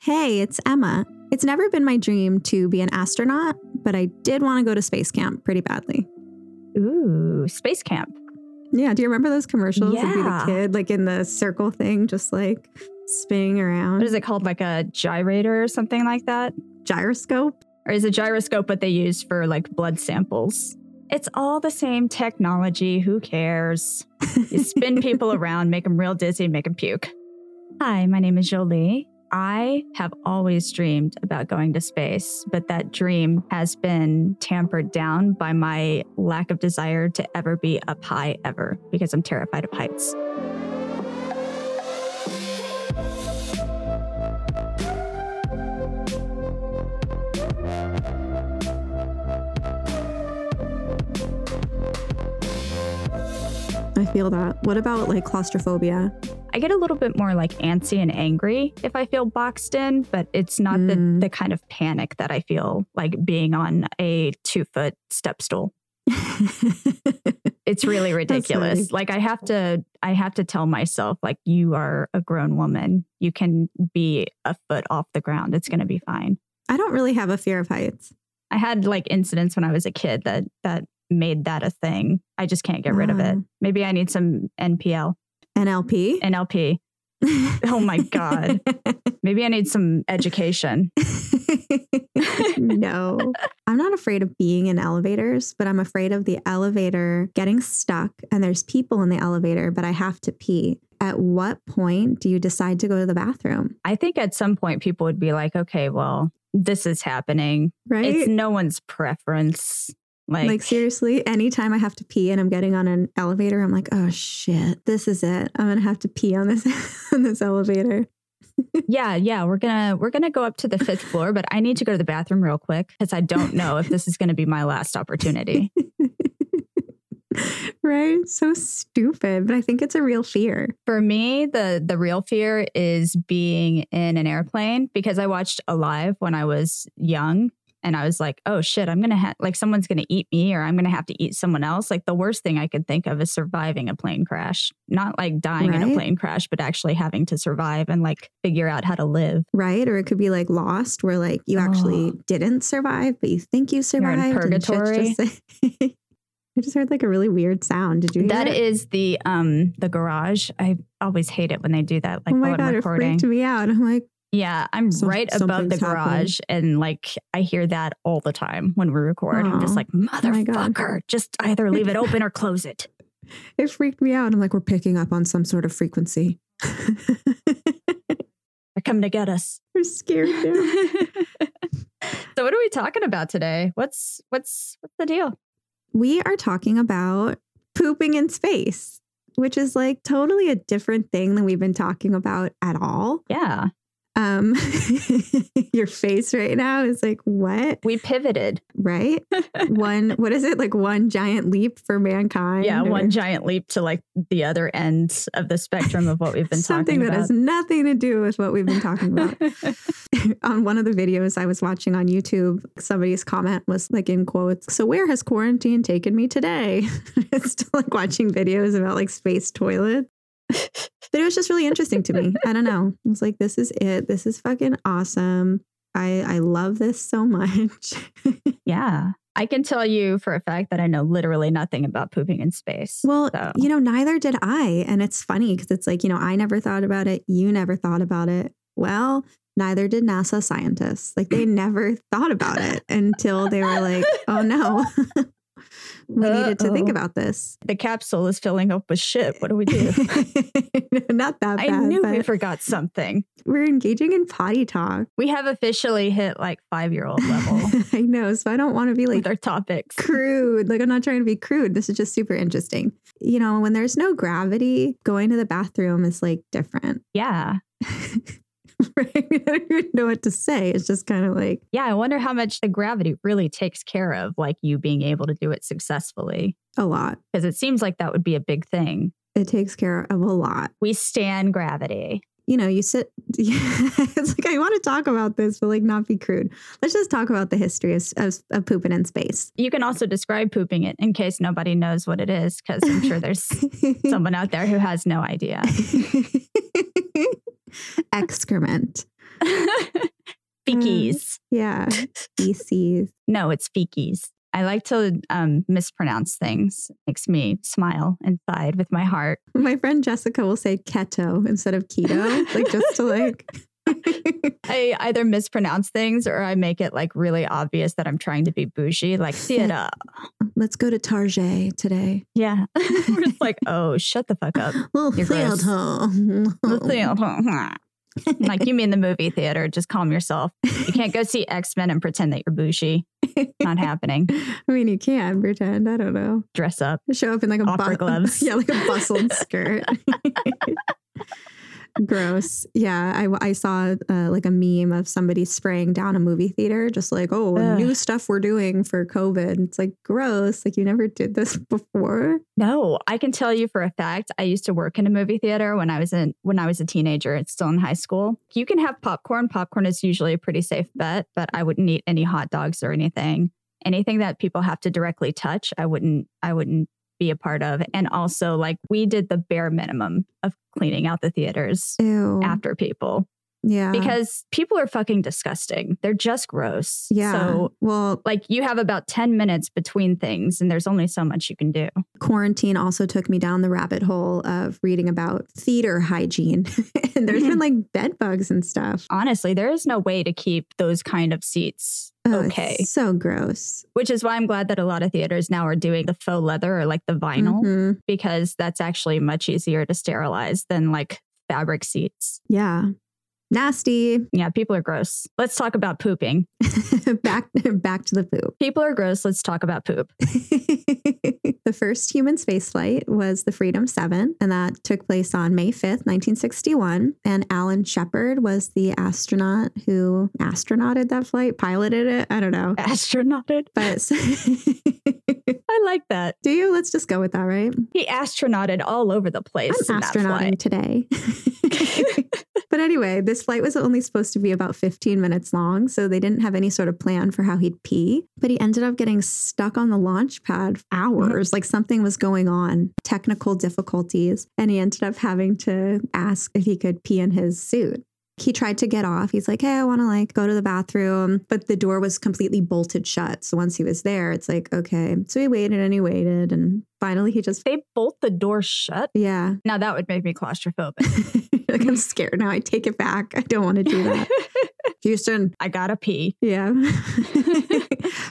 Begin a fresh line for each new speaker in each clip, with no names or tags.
Hey, it's Emma. It's never been my dream to be an astronaut, but I did want to go to space camp pretty badly.
Ooh, space camp.
Yeah, do you remember those commercials of you the
Yeah.
kid, like in the circle thing, just like spinning around?
What is it called? Like a gyrator or something like that?
Gyroscope?
Or is a gyroscope what they use for like blood samples? It's all the same technology. Who cares? You spin people around, make them real dizzy, make them puke. Hi, my name is Jolie. I have always dreamed about going to space, but that dream has been tampered down by my lack of desire to ever be up high ever because I'm terrified of heights.
I feel that. What about like claustrophobia?
I get a little bit more like antsy and angry if I feel boxed in, but it's not
Mm.
the, the kind of panic that I feel like being on a two foot step stool. It's really ridiculous.
funny.
Like I have to I have to tell myself like you are a grown woman. You can be a foot off the ground. It's gonna be fine.
I don't really have a fear of heights.
I had like incidents when I was a kid that that made that a thing. I just can't get rid of it.
Wow.
Maybe I need some NPL,
NLP?
NLP. Oh my God. Maybe I need some education.
no. I'm not afraid of being in elevators, but I'm afraid of the elevator getting stuck and there's people in the elevator, but I have to pee. At what point do you decide to go to the bathroom?
I think at some point people would be like, okay, well, this is happening.
Right?
It's no one's preference. Like,
like, seriously, anytime I have to pee and I'm getting on an elevator, I'm like, oh shit, this is it. I'm gonna have to pee on this on this elevator.
yeah, yeah, we're gonna we're gonna go up to the fifth floor, but I need to go to the bathroom real quick because I don't know if this is gonna be my last opportunity.
right? So stupid, but I think it's a real fear.
For me, the the real fear is being in an airplane because I watched Alive when I was young. And I was like, oh shit, I'm gonna ha- like someone's gonna eat me or I'm gonna have to eat someone else. Like the worst thing I could think of is surviving a plane crash. Not like dying in a
Right.
plane crash, but actually having to survive and like figure out how to live.
right? Or it could be like lost, where like you actually
Oh.
didn't survive, but you think you survived. and shit's
purgatory.
just- I just heard like a really weird sound. Did you? Hear
That
it?
is the um the garage. I always hate it when they do that, like
oh my
while
god,
I'm
it
recording.
freaked me out. I'm like,
Yeah, I'm
Some-
right above the
something's happening.
garage, and like I hear that all the time when we record. I'm just
Aw. Oh
like,
my God.
motherfucker, just either leave it open or close it.
it freaked me out. I'm like, we're picking up on some sort of frequency.
They're coming to get us.
we're scared now.
so, what are we talking about today? What's what's what's the deal?
we are talking about pooping in space, which is like totally a different thing than we've been talking about at all.
Yeah,
Um, your face right now is like, what?
we pivoted.
right? one, what is it? Like one giant leap for mankind?
yeah,
or
one giant leap to like the other end of the spectrum of what we've been
something
talking
that
about.
has nothing to do with what we've been talking about. on one of the videos I was watching on YouTube, somebody's comment was like in quotes, So where has quarantine taken me today? it's still like watching videos about like space toilets. But it was just really interesting to me. I don't know. I was like, this is it. This is fucking awesome. I, I love this so much.
yeah, I can tell you for a fact that I know literally nothing about pooping in space.
Well,
So-
you know, neither did I. And it's funny because it's like, you know, I never thought about it. You never thought about it. Well, neither did NASA scientists. Like they never thought about it until they were like, oh no, we needed to think
Uh-oh.
about this.
the capsule is filling up with shit. What do we do?
Not that
I
bad.
knew we
but
forgot something.
we're engaging in potty talk.
We have officially hit like five year old level
I know. So I don't want to be like
with our topics.
crude. Like, I'm not trying to be crude. This is just super interesting. You know, when there's no gravity, going to the bathroom is like different.
Yeah.
right? I don't even know what to say. It's just kind of like,
Yeah. I wonder how much the gravity really takes care of like you being able to do it successfully.
a lot.
Because it seems like that would be a big thing.
It takes care of a lot.
We stand gravity.
You know, you sit, it's like, I want to talk about this, but like not be crude. Let's just talk about the history of, of, of pooping in space.
You can also describe pooping it in case nobody knows what it is, because I'm sure there's someone out there who has no idea.
Excrement.
Feces.
Yeah. feces.
No, it's feces. I like to um, mispronounce things. Makes me smile inside with my heart.
My friend Jessica will say keto instead of keto, like just to like.
I either mispronounce things or I make it like really obvious that I'm trying to be bougie, like theater.
Let's go to Target today.
Yeah. We're just like, oh, shut the fuck up.
Oh,
You're gross.
theater.
like you mean the movie theater. Just calm yourself. You can't go see X-Men and pretend that you're bougie. Not happening.
I mean, you can pretend. I don't know.
Dress up.
Show up in like a
Opera gloves.
Yeah, like a bustled skirt. Gross. Yeah, I, I saw uh, like a meme of somebody spraying down a movie theater, just like, oh,
Ugh.
new stuff we're doing for COVID. It's like, gross. Like, you never did this before.
No, I can tell you for a fact. I used to work in a movie theater when I was in when I was a teenager. It's still in high school. You can have popcorn. Popcorn is usually a pretty safe bet, but I wouldn't eat any hot dogs or anything. Anything that people have to directly touch, I wouldn't. I wouldn't be a part of. And also, like we did the bare minimum of cleaning out the theaters
Ew.
after people
yeah.
because people are fucking disgusting. They're just gross.
yeah.
So.
well,
Like you have about 10 minutes between things, and there's only so much you can do.
quarantine also took me down the rabbit hole of reading about theater hygiene. and there's
Mm-hmm.
been like bed bugs and stuff.
honestly, there is no way to keep those kind of seats
Oh, it's
okay,
So gross.
which is why I'm glad that a lot of theaters now are doing the faux leather or like the vinyl
Mhm.
because that's actually much easier to sterilize than like fabric seats.
Yeah. Nasty.
Yeah, people are gross. Let's talk about pooping.
back back to the poop.
People are gross. Let's talk about poop.
the first human spaceflight was the Freedom 7, and that took place on May 5th, 1961. And Alan Shepard was the astronaut who astronauted that flight, piloted it. I don't know.
Astronauted.
But
I like that.
do you? Let's just go with that, right?
He astronauted all over the place. in
I'm
that
astronauting today.
flight.
but anyway, this flight was only supposed to be about 15 minutes long, so they didn't have any sort of plan for how he'd pee. But he ended up getting stuck on the launch pad for hours, like something was going on, technical difficulties, and he ended up having to ask if he could pee in his suit. He tried to get off. He's like, "Hey, I want to like go to the bathroom," but the door was completely bolted shut. So once he was there, it's like, okay. So he waited and he waited, and finally he just,
they bolt the door shut.
yeah,
Now that would make me claustrophobic.
like I'm scared now. I take it back. I don't want to do that. Houston.
I gotta pee.
Yeah.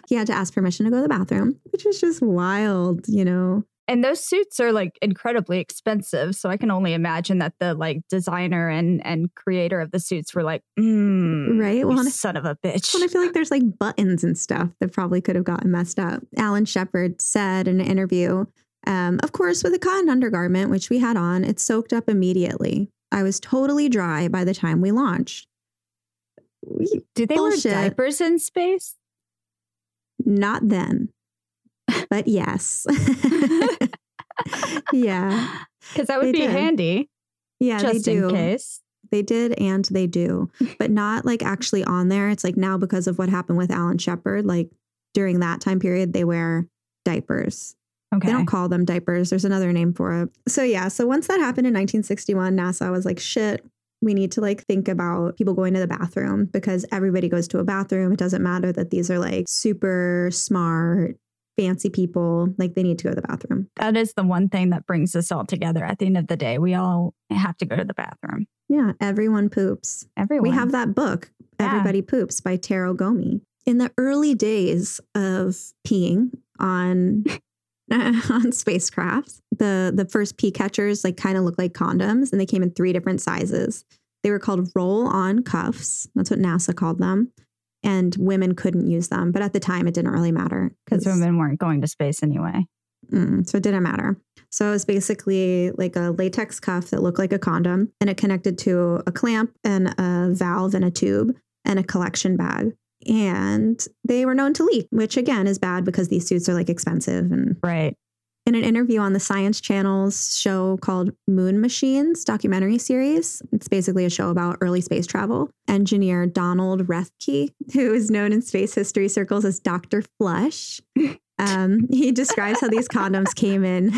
he had to ask permission to go to the bathroom, which is just wild, you know.
And those suits are like incredibly expensive. So I can only imagine that the like designer and and creator of the suits were like, mm,
Right?
You
Well, and I-
son of a bitch.
And I feel like there's like buttons and stuff that probably could have gotten messed up. Alan Shepard said in an interview, um, of course, with a cotton undergarment, which we had on, it soaked up immediately. I was totally dry by the time we launched. We-
Do they
Bullshit.
wear diapers in space?
Not then, but yes. yeah.
Because that would
They
be
did.
handy
Yeah,
just
they do.
in case.
They did and they do, but not like actually on there. It's like now because of what happened with Alan Shepard, like during that time period, they wear diapers. They
Okay.
don't call them diapers. There's another name for it. So yeah, so once that happened in 1961, NASA was like, shit, we need to like think about people going to the bathroom because everybody goes to a bathroom. It doesn't matter that these are like super smart, fancy people. Like they need to go to the bathroom.
That is the one thing that brings us all together at the end of the day. We all have to go to the bathroom.
Yeah, everyone poops.
Everyone.
We have that book,
Yeah.
Everybody Poops by Taro Gomi. In the early days of peeing on on spacecraft, the the first pee catchers like kind of look like condoms and they came in three different sizes. They were called roll-on cuffs. That's what NASA called them. And women couldn't use them, but at the time it didn't really matter
because women weren't going to space anyway.
Mm, so it didn't matter. So it was basically like a latex cuff that looked like a condom and it connected to a clamp and a valve and a tube and a collection bag. And they were known to leak, which again is bad because these suits are like expensive. And
Right.
in an interview on the Science Channel's show called Moon Machines documentary series, it's basically a show about early space travel. Engineer Donald Rethke, who is known in space history circles as Dr. Flush, Um, he describes how these condoms came in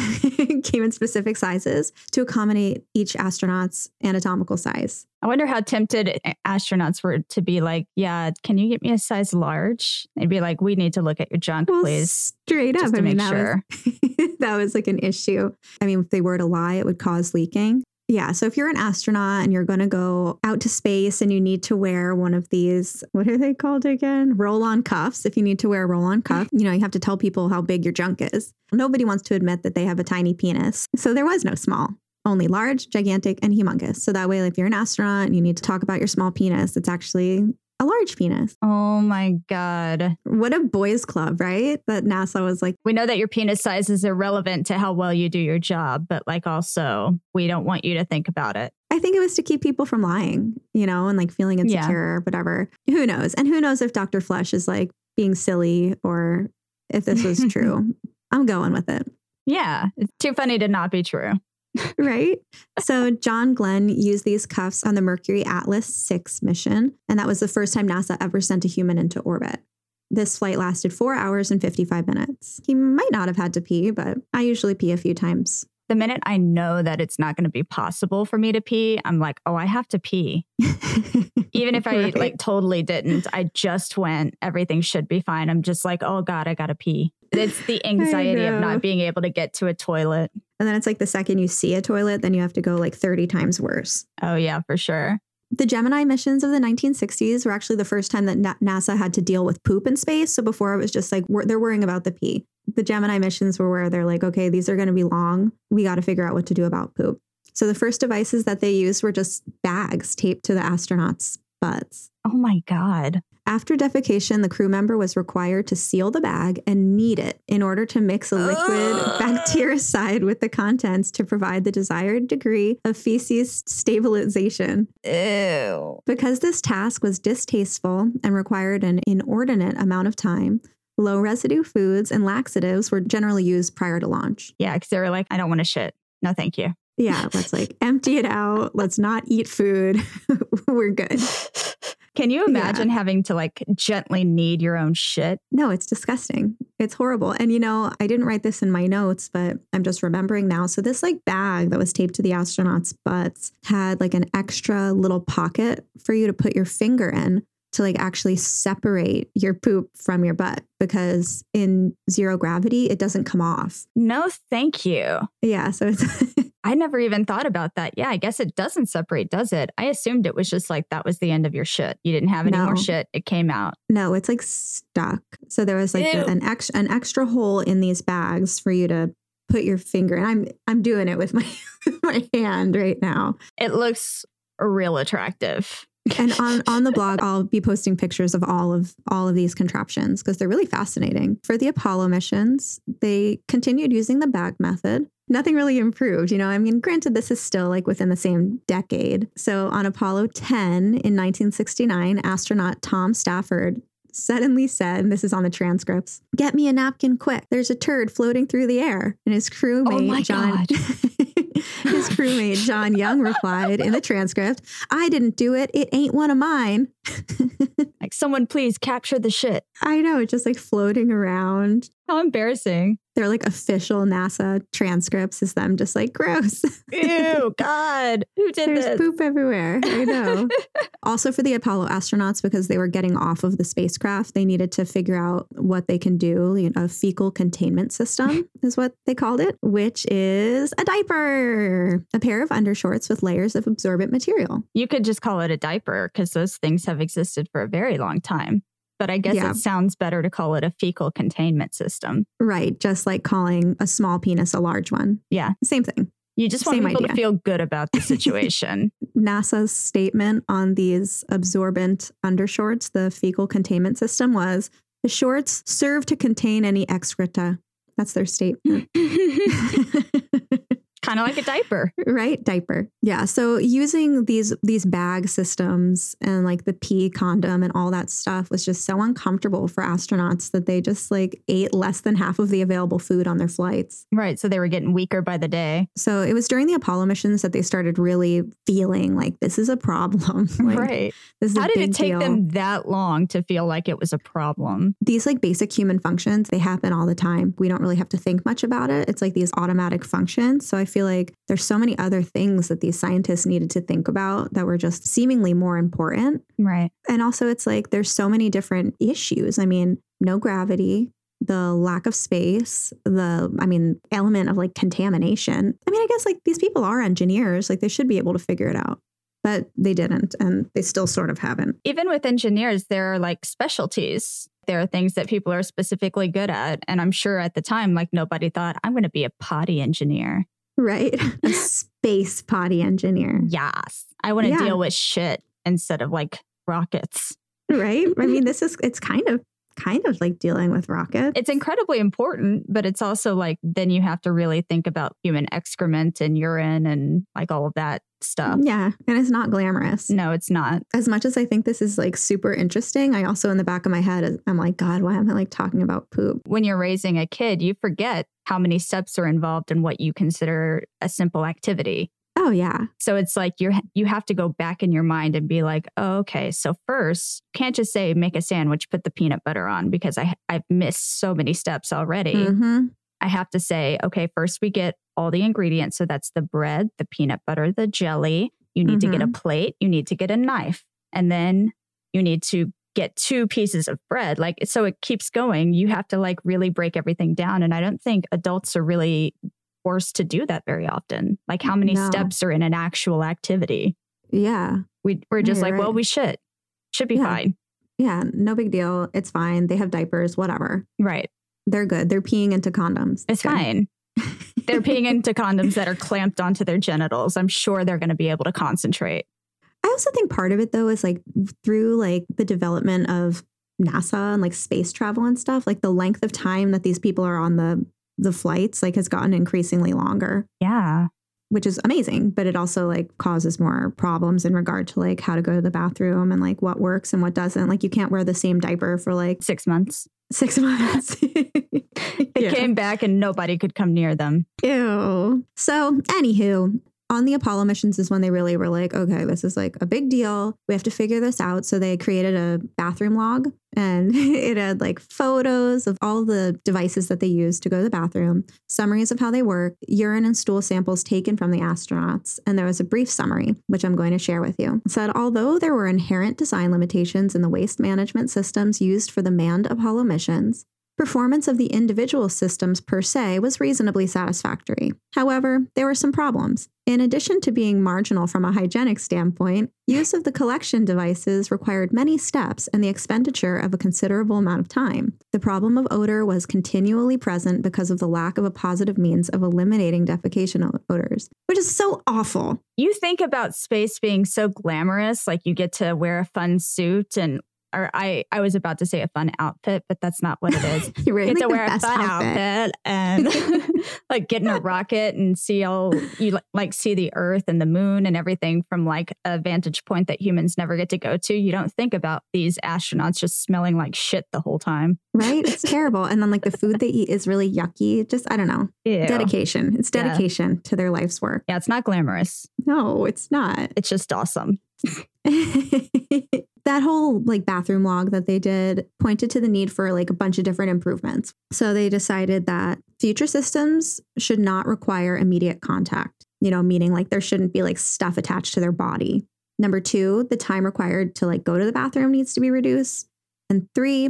came in specific sizes to accommodate each astronaut's anatomical size.
I wonder how tempted astronauts were to be like, yeah, can you get me a size large? They'd be like, we need to look at your junk,
Well,
please.
Straight up,
Just to
I mean
make
that was
sure.
that was like an issue. I mean, if they were to lie, it would cause leaking. Yeah. So if you're an astronaut and you're going to go out to space and you need to wear one of these, what are they called again? Roll on cuffs. If you need to wear a roll on cuff, you know, you have to tell people how big your junk is. Nobody wants to admit that they have a tiny penis. So there was no small. Only large, gigantic, and humongous. So that way, if you're an astronaut and you need to talk about your small penis, it's actually a large penis.
Oh my God.
What a boys' club, right? That NASA was like,
We know that your penis size is irrelevant to how well you do your job, but like also, we don't want you to think about it.
I think it was to keep people from lying, you know, and like feeling
Yeah.
insecure or whatever. Who knows? And who knows if Dr. Flesh is like being silly or if this was true. I'm going with it.
Yeah. It's too funny to not be true.
Right. so, John Glenn used these cuffs on the Mercury Atlas 6 mission. And that was the first time NASA ever sent a human into orbit. This flight lasted four hours and 55 minutes. He might not have had to pee, but I usually pee a few times.
The minute I know that it's not going to be possible for me to pee, I'm like, oh, I have to pee. Even if I
Right.
like totally didn't, I just went, everything should be fine. I'm just like, oh God, I got to pee. It's the anxiety of
know.
not being able to get to a toilet.
And then it's like the second you see a toilet, then you have to go like 30 times worse.
Oh, yeah, for sure.
The Gemini missions of the 1960s were actually the first time that Na- NASA had to deal with poop in space. So before it was just like wor- they're worrying about the pee. The Gemini missions were where they're like, okay, these are going to be long. We got to figure out what to do about poop. So the first devices that they used were just bags taped to the astronauts' butts.
Oh my God.
After defecation, the crew member was required to seal the bag and knead it in order to mix a liquid
Ugh.
bactericide with the contents to provide the desired degree of feces stabilization.
Ew.
Because this task was distasteful and required an inordinate amount of time, low residue foods and laxatives were generally used prior to launch.
Yeah, because they were like, I don't want to shit. No, thank you.
Yeah, let's like empty it out. Let's not eat food. We're good.
Can you imagine having to like gently knead your own shit?
No, it's disgusting. It's horrible. And you know, I didn't write this in my notes, but I'm just remembering now. So this like bag that was taped to the astronauts' butts had like an extra little pocket for you to put your finger in to like actually separate your poop from your butt because in zero gravity it doesn't come off.
No, thank you.
Yeah, so it's
I never even thought about that. Yeah, I guess it doesn't separate, does it? I assumed it was just like that was the end of your shit. You didn't have any
No.
more shit. It came out.
no, it's like stuck. So there was like
Ew.
the, an extra an extra hole in these bags for you to put your finger in. I'm I'm doing it with my my hand right now.
It looks real attractive.
and on on the blog i'll be posting pictures of all of all of these contraptions because they're really fascinating for the apollo missions they continued using the bag method nothing really improved you know i mean granted this is still like within the same decade so on apollo 10 in 1969 astronaut tom stafford suddenly said and this is on the transcripts get me a napkin quick there's a turd floating through the air and his crewmate
my
john his crewmate john young replied in the transcript I didn't do it. It ain't one of mine.
Like, someone please capture the shit.
I know, it's just like floating around.
How embarrassing.
They're like official NASA transcripts is them just like gross.
Ew, God. Who did
There's
this?
poop everywhere. I know. also for the Apollo astronauts, because they were getting off of the spacecraft, they needed to figure out what they can do. You know, a fecal containment system is what they called it, which is a diaper, a pair of undershorts with layers of absorbent material.
You could just call it a diaper because those things have existed for a very long time. But I guess
Yeah.
it sounds better to call it a fecal containment system.
Right, just like calling a small penis a large one.
Yeah.
Same thing.
You just want
Same
people to
idea.
feel good about the situation.
NASA's statement on these absorbent undershorts, the fecal containment system, was the shorts serve to contain any excreta. That's their statement.
Because kind of like a diaper.
right diaper yeah so using these these bag systems and like the pee condom and all that stuff was just so uncomfortable for astronauts that they just like ate less than half of the available food on their flights
Right. So they were getting weaker by the day.
so it was during the apollo missions that they started really feeling like this is a problem like,
right.
this is a
How did
big
it take
deal.
them that long to feel like it was a problem?
these like basic human functions they happen all the time we don't really have to think much about it it's like these automatic functions so i feel like there's so many other things that these scientists needed to think about that were just seemingly more important
Right.
and also it's like there's so many different issues i mean no gravity the lack of space the i mean element of like contamination i mean i guess like these people are engineers like they should be able to figure it out but they didn't and they still sort of haven't
Even with engineers, there are like specialties. There are things that people are specifically good at. And I'm sure at the time, like nobody thought, I'm going to be a potty engineer.
right a space potty engineer
Yes. I want to
Yeah.
deal with shit instead of like rockets.
right? I
Mm-hmm.
mean, this is it's kind of kind of like dealing with rockets.
It's incredibly important, but it's also like then you have to really think about human excrement and urine and like all of that stuff.
yeah, and it's not glamorous.
No, it's not.
As much as I think this is like super interesting, I also in the back of my head I'm like, God, why am I like talking about poop?
when you're raising a kid, you forget how many steps are involved in what you consider a simple activity.
Oh yeah,
So it's like you are you have to go back in your mind and be like, oh, okay, so first, you can't just say make a sandwich, put the peanut butter on because I I've missed so many steps already.
hmm
I have to say, okay, first we get all the ingredients. So that's the bread, the peanut butter, the jelly. You need
Mm-hmm.
to get a plate, you need to get a knife, and then you need to get two pieces of bread. Like, so it keeps going. You have to like really break everything down. And I don't think adults are really forced to do that very often. Like, how many
No.
steps are in an actual activity?
yeah,
We, we're just
you're
like, well,
right.
we should, should be
Yeah.
fine.
yeah. No big deal. It's fine. They have diapers. Whatever.
Right.
They're good. They're peeing into condoms.
It's
Good.
fine. they're peeing into condoms that are clamped onto their genitals. I'm sure they're going to be able to concentrate.
I also think part of it though is like through like the development of NASA and like space travel and stuff, like the length of time that these people are on the the flights like has gotten increasingly longer,
Yeah.
which is amazing, but it also like causes more problems in regard to like how to go to the bathroom and like what works and what doesn't. Like you can't wear the same diaper for like
Six months.
6 months.
They
Yeah.
came back and nobody could come near them.
Ew. So, anywho, on the Apollo missions is when they really were like, okay, this is like a big deal. We have to figure this out. So they created a bathroom log and it had like photos of all the devices that they use to go to the bathroom, summaries of how they work, urine and stool samples taken from the astronauts, and there was a brief summary, which I'm going to share with you. It said, although there were inherent design limitations in the waste management systems used for the manned Apollo missions, Performance of the individual systems per se was reasonably satisfactory. However, there were some problems. In addition to being marginal from a hygienic standpoint, use of the collection devices required many steps and the expenditure of a considerable amount of time. The problem of odor was continually present because of the lack of a positive means of eliminating defecation o- odors, which is so awful.
You think about space being so glamorous, like you get to wear a fun suit and or I, I was about to say a fun outfit, but that's not what it is.
You're
You
wearing
get
like,
to
the
wear a
best
fun
outfit.
outfit, and like get in a rocket and see all you li- like see the earth and the moon and everything from like a vantage point that humans never get to go to. You don't think about these astronauts just smelling like shit the whole time.
Right? It's terrible. And then like the food they eat is really yucky. Just I don't know.
Ew.
Dedication. It's
Yeah.
dedication to their life's work.
Yeah, it's not glamorous.
No, it's not.
It's just awesome.
that whole like bathroom log that they did pointed to the need for like a bunch of different improvements. So they decided that future systems should not require immediate contact, you know, meaning like there shouldn't be like stuff attached to their body. Number 2, the time required to like go to the bathroom needs to be reduced. And 3,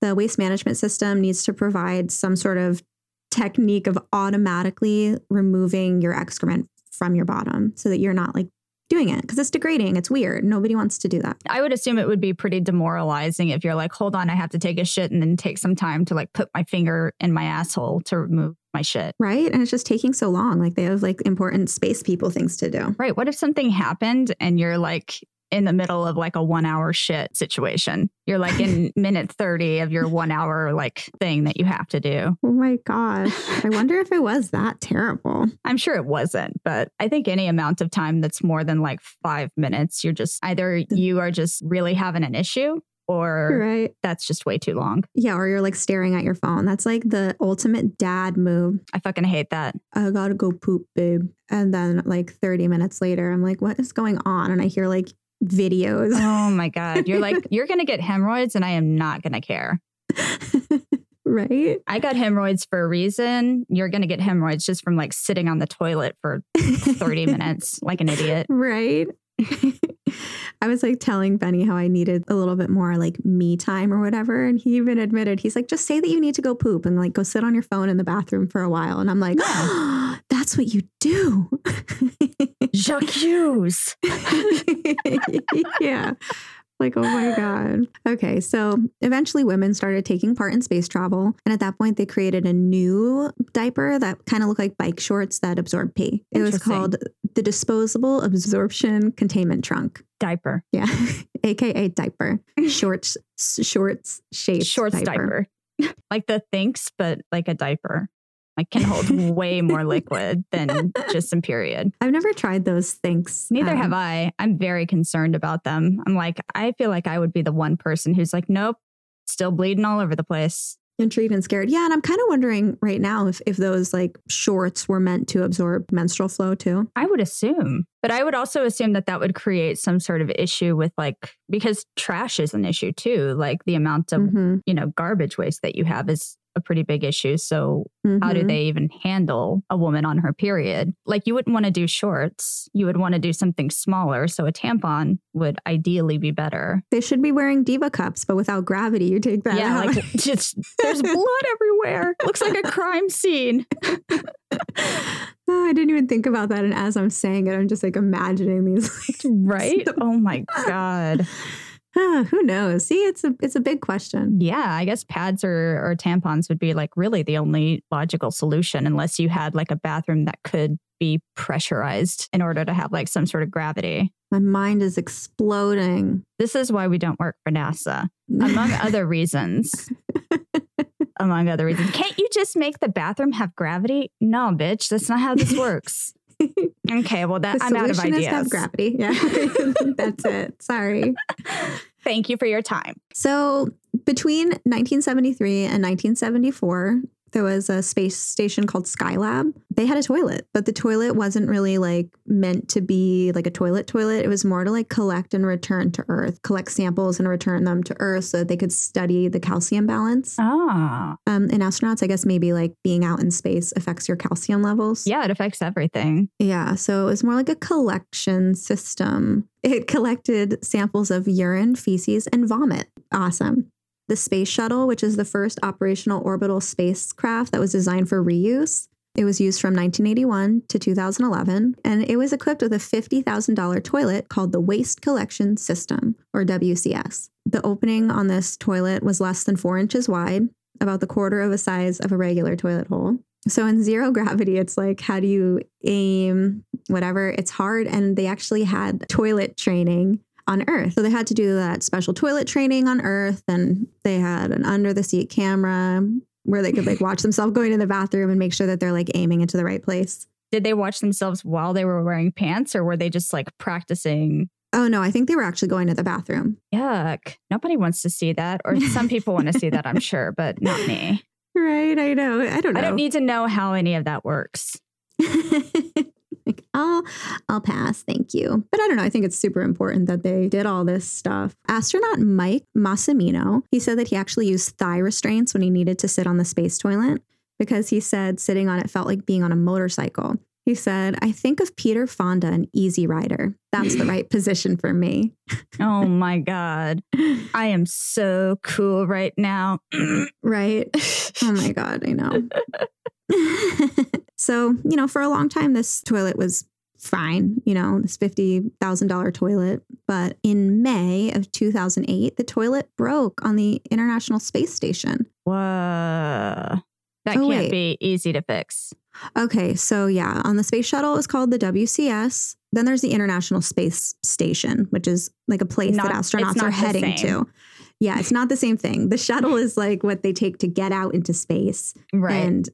the waste management system needs to provide some sort of technique of automatically removing your excrement from your bottom so that you're not like doing it because it's degrading. It's weird. Nobody wants to do that.
I would assume it would be pretty demoralizing if you're like, hold on, I have to take a shit and then take some time to like put my finger in my asshole to remove my shit.
Right. And it's just taking so long. Like they have like important space people things to do.
Right. What if something happened and you're like in the middle of like a one hour shit situation. You're like in minute 30 of your one hour like thing that you have to do.
Oh my gosh. I wonder if it was that terrible.
I'm sure it wasn't, but I think any amount of time that's more than like five minutes, you're just either you are just really having an issue or
Right.
that's just way too long.
Yeah. Or you're like staring at your phone. That's like the ultimate dad move.
I fucking hate that.
I gotta go poop, babe. And then like 30 minutes later, I'm like, what is going on? And I hear like videos.
Oh my God. You're like, you're going to get hemorrhoids and I am not going to care.
right?
I got hemorrhoids for a reason. You're going to get hemorrhoids just from like sitting on the toilet for 30 minutes like an idiot.
Right. I was like telling Benny how I needed a little bit more like me time or whatever. And he even admitted, he's like, just say that you need to go poop and like go sit on your phone in the bathroom for a while. And I'm like, that's what you do.
Jacques Hughes.
yeah. Like, oh my God. Okay. So eventually, women started taking part in space travel. And at that point, they created a new diaper that kind of looked like bike shorts that absorb pee. It was
Interesting.
called the Disposable Absorption Containment Trunk.
Diaper.
Yeah. AKA diaper. Shorts, shorts shaped.
Shorts diaper. like the thinks, but like a diaper. Like can hold way more liquid than just some period.
I've never tried those. Um, Thanks.
Neither have I. I'm very concerned about them. I'm like, I feel like I would be the one person who's like, nope, still bleeding all over the place.
intrigued and scared. Yeah, and I'm kind of wondering right now if if those like shorts were meant to absorb menstrual flow too.
I would assume. But I would also assume that that would create some sort of issue with like, because trash is an issue too. Like the amount of,
Mhm,
you know, garbage waste that you have is a pretty big issue. So how do
mhm.
they even handle a woman on her period? Like, you wouldn't want to do shorts. You would want to do something smaller. So, a tampon would ideally be better.
They should be wearing diva cups, but without gravity, you take that
yeah,
out.
like, just there's blood everywhere. Looks like a crime scene.
oh, I didn't even think about that. And as I'm saying it, I'm just like imagining these. Like,
Right? Oh my God.
huh, who knows? See, it's a it's a big question.
Yeah, I guess pads or, or tampons would be like really the only logical solution, unless you had like a bathroom that could be pressurized in order to have like some sort of gravity.
My mind is exploding.
This is why we don't work for NASA. among other reasons. among other reasons. Can't you just make the bathroom have gravity? No, bitch, that's not how this works. Okay, well that
the
I'm out of
solution is to have
ideas.
gravity. Yeah, that's it. Sorry.
Thank you for your time.
So between 1973 and 1974, there was a space station called Skylab. They had a toilet, but the toilet wasn't really like meant to be like a toilet toilet. It was more to like collect and return to Earth, collect samples and return them to Earth so that they could study the calcium balance.
Ah.
Um, in astronauts, I guess maybe like being out in space affects your calcium levels.
Yeah, it affects everything.
Yeah, so it was more like a collection system. It collected samples of urine, feces, and vomit. Awesome. The space shuttle, which is the first operational orbital spacecraft that was designed for reuse, it was used from 1981 to 2011, and it was equipped with a $50,000 toilet called the Waste Collection System, or WCS. The opening on this toilet was less than four inches wide, about the quarter of a size of a regular toilet hole. So in zero gravity, it's like, how do you aim, um, whatever? It's hard. And they actually had toilet training on Earth. So they had to do that special toilet training on Earth, and they had an under the seat camera where they could like watch themselves going to the bathroom and make sure that they're like aiming into the right place.
Did they watch themselves while they were wearing pants or were they just like practicing?
Oh no, I think they were actually going to the bathroom.
Yuck. Nobody wants to see that. Or some people want to see that, I'm sure, but not me.
Right, I know. I don't know.
I don't need to know how any of that works.
like, I'll I'll pass, thank you. But I don't know. I think it's super important that they did all this stuff. Astronaut Mike Massimino, he said that he actually used thigh restraints when he needed to sit on the space toilet because he said sitting on it felt like being on a motorcycle. He said, I think of Peter Fonda and Easy Rider. That's the right position for me.
Oh my God. I am so cool right now.
Right? Oh my God, I know. so, you know, for a long time, this toilet was fine, you know, this $50,000 toilet. But in May of 2008, the toilet broke on the International Space Station.
Whoa. That
Oh,
can't
wait.
be easy to fix.
Okay, so yeah, on the space shuttle is called the WCS. Then there's the International Space Station, which is like a place
Not-
that
it's
astronauts
not
are
the
heading
same.
to. Yeah, it's not the same thing. The shuttle is like what they take to get out into space.
Right.
And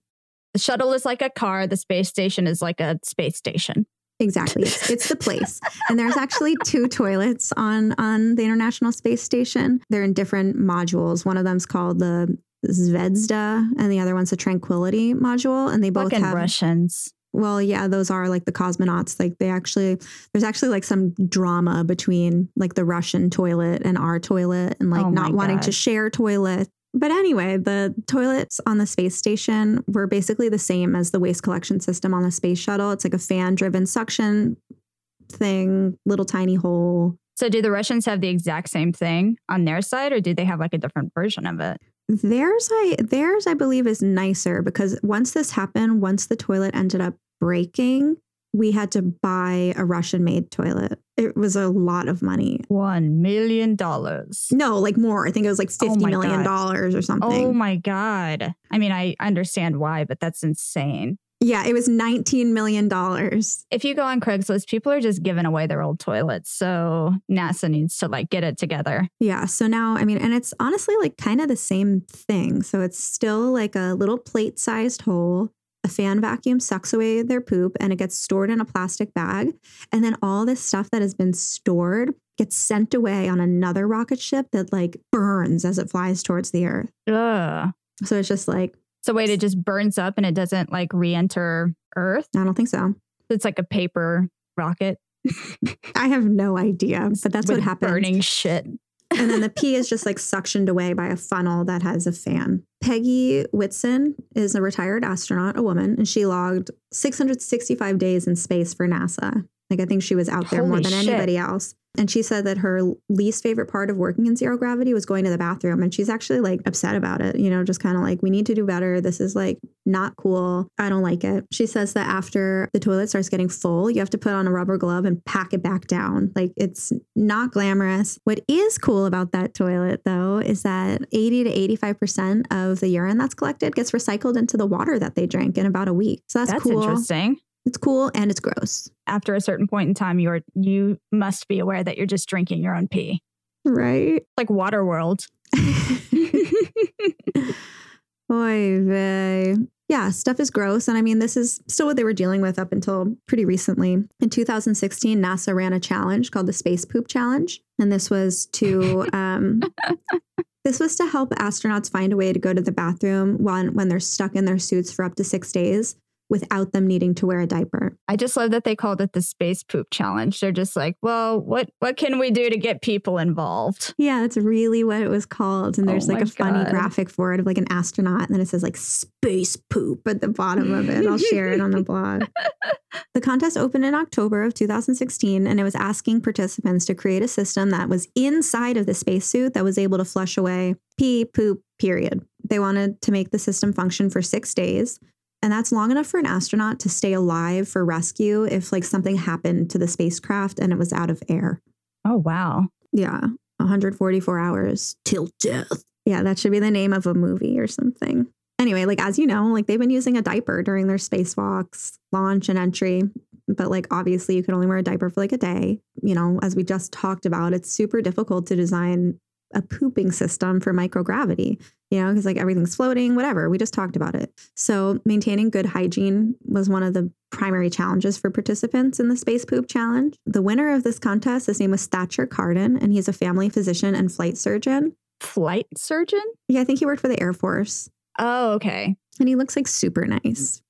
the shuttle is like a car, the space station is like a space station.
exactly, it's, it's the place. and there's actually two toilets on on the International Space Station. They're in different modules. One of them's called the Zvezda, and the other one's the Tranquility module. And they both
Fucking
have
Russians.
Well, yeah, those are like the cosmonauts. Like they actually, there's actually like some drama between like the Russian toilet and our toilet and like
Oh
not
my
wanting to
God.
share toilets. But anyway, the toilets on the space station were basically the same as the waste collection system on the space shuttle. It's like a fan driven suction thing, little tiny hole.
So do the Russians have the exact same thing on their side or do they have like a different version of it?
Theirs, I theirs, I believe, is nicer because once this happened, once the toilet ended up breaking, we had to buy a Russian-made toilet. It was a lot of money.
One million dollars.
No, like more. I think it was like
Oh
fifty
my
million
God.
dollars or something.
Oh my God. I mean, I understand why, but that's insane.
yeah, it was nineteen million dollars.
If you go on Craigslist, people are just giving away their old toilets. So NASA needs to like get it together.
Yeah. So now, I mean, and it's honestly like kind of the same thing. So it's still like a little plate sized hole. A fan vacuum sucks away their poop and it gets stored in a plastic bag. And then all this stuff that has been stored gets sent away on another rocket ship that like burns as it flies towards the earth.
Ugh.
So it's just like,
So wait, it just burns up and it doesn't like re-enter Earth.
I don't think so.
It's like a paper rocket.
I have no idea, but that's
with
what happened.
Burning shit.
and then the P is just like suctioned away by a funnel that has a fan. Peggy Whitson is a retired astronaut, a woman, and she logged 665 days in space for NASA. Like, I think she was out there more
Holy
than
shit.
anybody else. And she said that her least favorite part of working in zero gravity was going to the bathroom. And she's actually like upset about it, you know, just kind of like, we need to do better. This is like not cool. I don't like it. She says that after the toilet starts getting full, you have to put on a rubber glove and pack it back down. Like it's not glamorous. What is cool about that toilet, though, is that 80 to 85% of the urine that's collected gets recycled into the water that they drink in about a week. So that's,
That's
cool.
interesting.
It's cool and it's gross.
After a certain point in time, you're you must be aware that you're just drinking your own pee.
Right?
Like Waterworld.
Oy vey. Yeah, stuff is gross. And I mean, this is still what they were dealing with up until pretty recently. In 2016, NASA ran a challenge called the Space Poop Challenge. And this was to um, this was to help astronauts find a way to go to the bathroom when, when they're stuck in their suits for up to six days without them needing to wear a diaper.
I just love that they called it the space poop challenge. They're just like, well, what what can we do to get people involved?
Yeah, that's really what it was called. And
Oh
there's like
my
a funny
God.
graphic for it of like an astronaut, and then it says like space poop at the bottom of it. I'll share it on the blog. The contest opened in October of 2016, and it was asking participants to create a system that was inside of the spacesuit that was able to flush away pee, poop, period. They wanted to make the system function for six days. And that's long enough for an astronaut to stay alive for rescue if like something happened to the spacecraft and it was out of air.
Oh wow.
Yeah. 144 hours till death. Yeah, that should be the name of a movie or something. Anyway, like as you know, like they've been using a diaper during their spacewalks, launch and entry, but like obviously you can only wear a diaper for like a day. You know, as we just talked about, it's super difficult to design a pooping system for microgravity, you know, because like everything's floating, whatever. We just talked about it. So maintaining good hygiene was one of the primary challenges for participants in the Space Poop Challenge. The winner of this contest, his name was Thatcher Carden, and he's a family physician and flight surgeon.
Flight surgeon?
Yeah, I think he worked for the Air Force.
Oh, okay.
And he looks like super nice,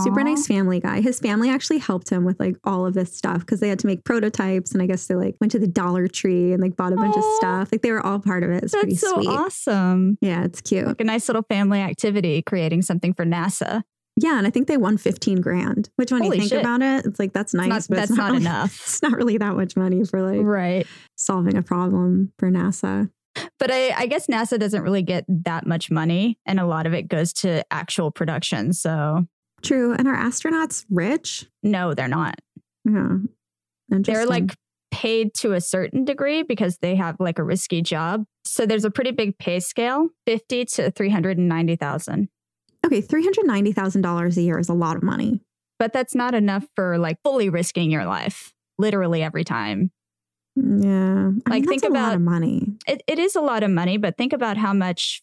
super
Aw.
nice family guy. His family actually helped him with like all of this stuff because they had to make prototypes. And I guess they like went to the Dollar Tree and like bought a bunch of
Aw.
stuff. Like they were all part of it. It's pretty
That's so
sweet.
awesome.
Yeah, it's cute.
Like a nice little family activity creating something for NASA.
Yeah, and I think they won 15 grand, which when
Holy
you think
shit.
about it, it's like that's nice,
Not-
but
that's
it's
not
really-
enough.
It's not really that much money for like
Right.
solving a problem for NASA.
But I, I guess NASA doesn't really get that much money, and a lot of it goes to actual production. So,
True. And are astronauts rich?
no, they're not.
Yeah. Interesting.
They're like paid to a certain degree because they have like a risky job. So, there's a pretty big pay scale 50 to 390,000.
Okay, $390,000 a year is a lot of money.
But that's not enough for like fully risking your life literally every time.
Mm, Yeah. I
Like,
mean,
think
that's a lot
about-
of money.
It, it is a lot of money, but think about how much.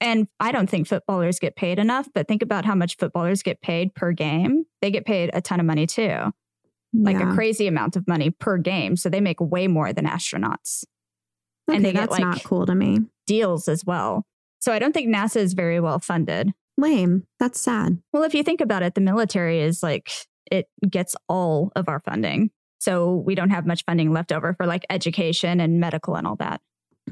And I don't think footballers get paid enough, but think about how much footballers get paid per game. They get paid a ton of money too, like
Yeah.
a crazy amount of money per game. So they make way more than astronauts.
Okay,
and they get,
that's
like-
not cool to me.
deals as well. So I don't think NASA is very well funded.
Lame. That's sad.
Well, if you think about it, the military is like, it gets all of our funding. So we don't have much funding left over for like education and medical and all that.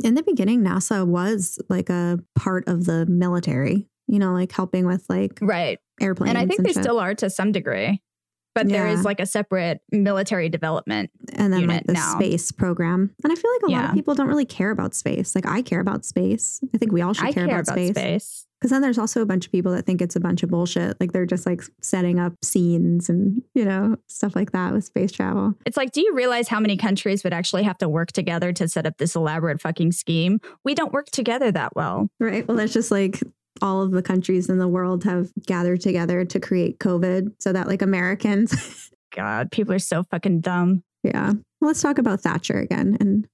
In the beginning, NASA was like a part of the military, you know, like helping with like
Right.
airplanes.
And I think they
shit.
still are to some degree, but there
Yeah.
is like a separate military development.
and then like
unit
the
now.
space program. And I feel like a lot
Yeah.
of people don't really care about space. Like I care about space. I think we all should
I
care, about, space.
space.
Because then there's also a bunch of people that think it's a bunch of bullshit. Like they're just like setting up scenes and you know stuff like that with space travel.
It's like, do you realize how many countries would actually have to work together to set up this elaborate fucking scheme? We don't work together that well.
Right. Well, that's just like all of the countries in the world have gathered together to create COVID so that like Americans.
God, people are so fucking dumb.
yeah. Well, let's talk about Thatcher again and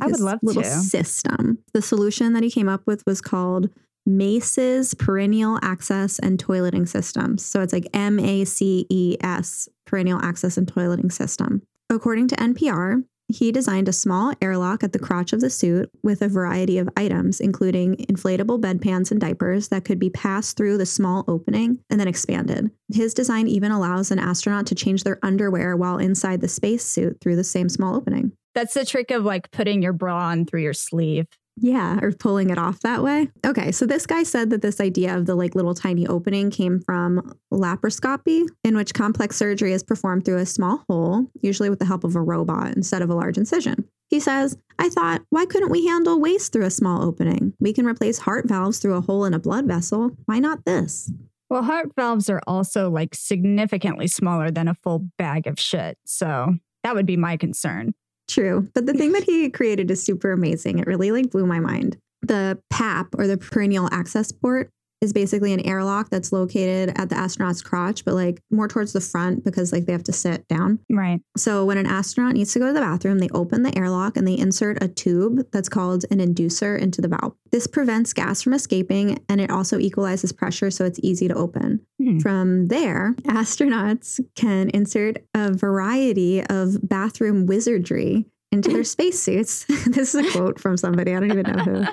I would
his
love
little
to.
system. The solution that he came up with was called Mace's Perennial Access and Toileting Systems. So it's like M A C E S, Perennial Access and Toileting System. According to NPR, he designed a small airlock at the crotch of the suit with a variety of items, including inflatable bedpans and diapers that could be passed through the small opening and then expanded. His design even allows an astronaut to change their underwear while inside the spacesuit through the same small opening.
That's the trick of like putting your bra on through your sleeve.
Yeah, or pulling it off that way. Okay, so this guy said that this idea of the like little tiny opening came from laparoscopy, in which complex surgery is performed through a small hole, usually with the help of a robot instead of a large incision. He says, I thought, why couldn't we handle waste through a small opening? We can replace heart valves through a hole in a blood vessel. Why not this?
Well, heart valves are also like significantly smaller than a full bag of shit. So that would be my concern.
True. But the thing that he created is super amazing. It really like blew my mind. The PAP or the perennial access port is basically an airlock that's located at the astronaut's crotch, but like more towards the front because like they have to sit down.
Right.
So when an astronaut needs to go to the bathroom, they open the airlock and they insert a tube that's called an inducer into the valve. This prevents gas from escaping and it also equalizes pressure so it's easy to open.
Hmm.
From there, astronauts can insert a variety of bathroom wizardry into their spacesuits. this is a quote from somebody, I don't even know who.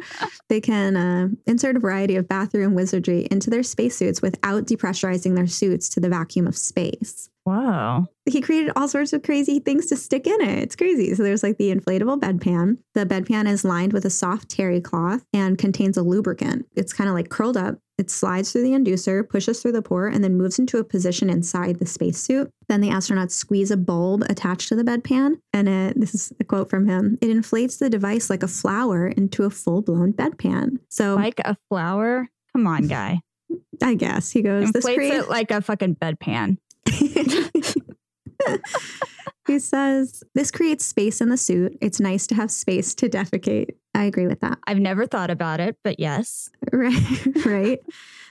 They can uh, insert a variety of bathroom wizardry into their spacesuits without depressurizing their suits to the vacuum of space
Whoa.
he created all sorts of crazy things to stick in it. It's crazy. So there's like the inflatable bedpan. The bedpan is lined with a soft terry cloth and contains a lubricant. It's kind of like curled up. It slides through the inducer, pushes through the port, and then moves into a position inside the spacesuit. Then the astronauts squeeze a bulb attached to the bedpan, and it, this is a quote from him: "It inflates the device like a flower into a full-blown bedpan." So
Like a flower? Come on, guy.
I guess he goes, "This
Inflates
creates
it like a fucking bedpan.
he says, This creates space in the suit. It's nice to have space to defecate. I agree with that.
I've never thought about it, but yes.
Right. right.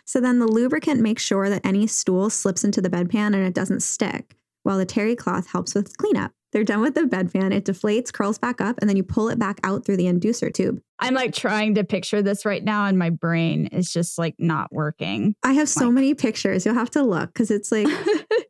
So then the lubricant makes sure that any stool slips into the bedpan and it doesn't stick, while the terry cloth helps with cleanup. They're done with the bedpan. It deflates, curls back up, and then you pull it back out through the inducer tube.
I'm like trying to picture this right now, and my brain is just like not working.
I have so
Like-
many pictures. You'll have to look because it's like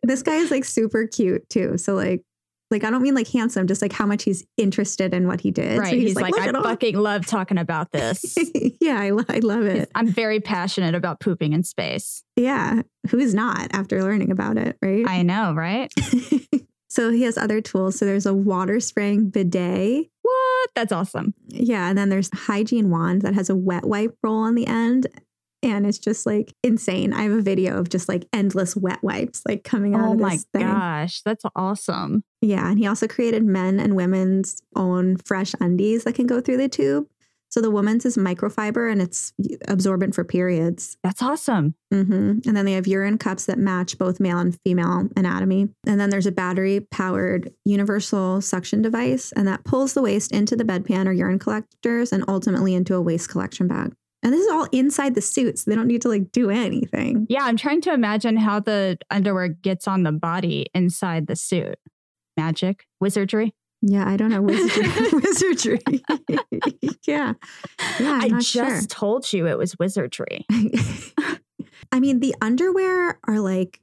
this guy is like super cute too. So like, like I don't mean like handsome, just like how much he's interested in what he did.
right.
So
he's, like,
"Look
I
at all-"
fucking love talking about this.
yeah, I, lo- I love it.
I'm very passionate about pooping in space.
Yeah, who's not after learning about it, right?
I know, right?
so he has other tools. So there's a water spraying bidet.
What? That's awesome.
Yeah, and then there's a hygiene wand that has a wet wipe roll on the end. And it's just like insane. I have a video of just like endless wet wipes like coming out
oh
of
my
this thing.
gosh, that's awesome.
Yeah, and he also created men and women's own fresh undies that can go through the tube. So the woman's is microfiber and it's absorbent for periods.
That's awesome.
hmm And then they have urine cups that match both male and female anatomy. And then there's a battery powered universal suction device, and that pulls the waste into the bedpan or urine collectors and ultimately into a waste collection bag. And this is all inside the suit, so they don't need to like do anything.
Yeah, I'm trying to imagine how the underwear gets on the body inside the suit. Magic, wizardry.
Yeah, I don't know wizardry. wizardry. yeah, yeah. I'm
I
not
just told you it was wizardry.
sure. I mean, the underwear are like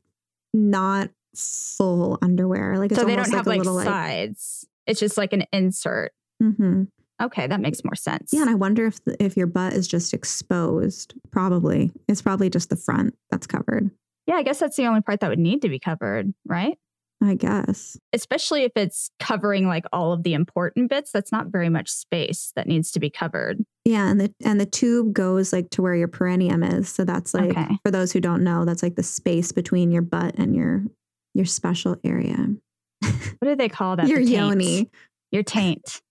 not full underwear. Like it's
so they don't
almost
have
like
like,
a little like.
sides. It's just like an insert.
hmm
Okay, that makes more sense.
Yeah, and I wonder if the, if your butt is just exposed. Probably, it's probably just the front that's covered.
yeah, I guess that's the only part that would need to be covered, right?
I guess.
Especially if it's covering like all of the important bits, that's not very much space that needs to be covered.
Yeah, and the and the tube goes like to where your perineum is. So that's like
Okay.
for those who don't know, that's like the space between your butt and your your special area.
What do they call that?
your
The taint.
yoni.
Your taint.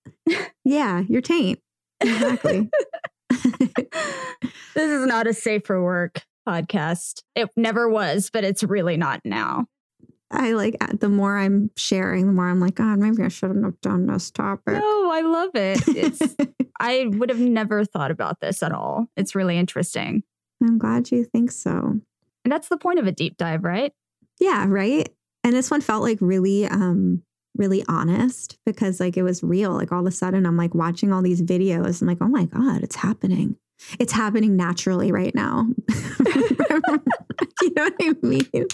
Yeah, your taint. Exactly.
this is not a safe for work podcast. It never was, but it's really not now.
I like uh, the more I'm sharing, the more I'm like, God, maybe I shouldn't have done this topic.
No, I love it. It's, I would have never thought about this at all. It's really interesting.
I'm glad you think so.
And that's the point of a deep dive, right?
Yeah, right. And this one felt like really, um, really honest because like it was real. Like all of a sudden, I'm like watching all these videos. I'm like, oh my god, it's happening. It's happening naturally right now. you know what I mean?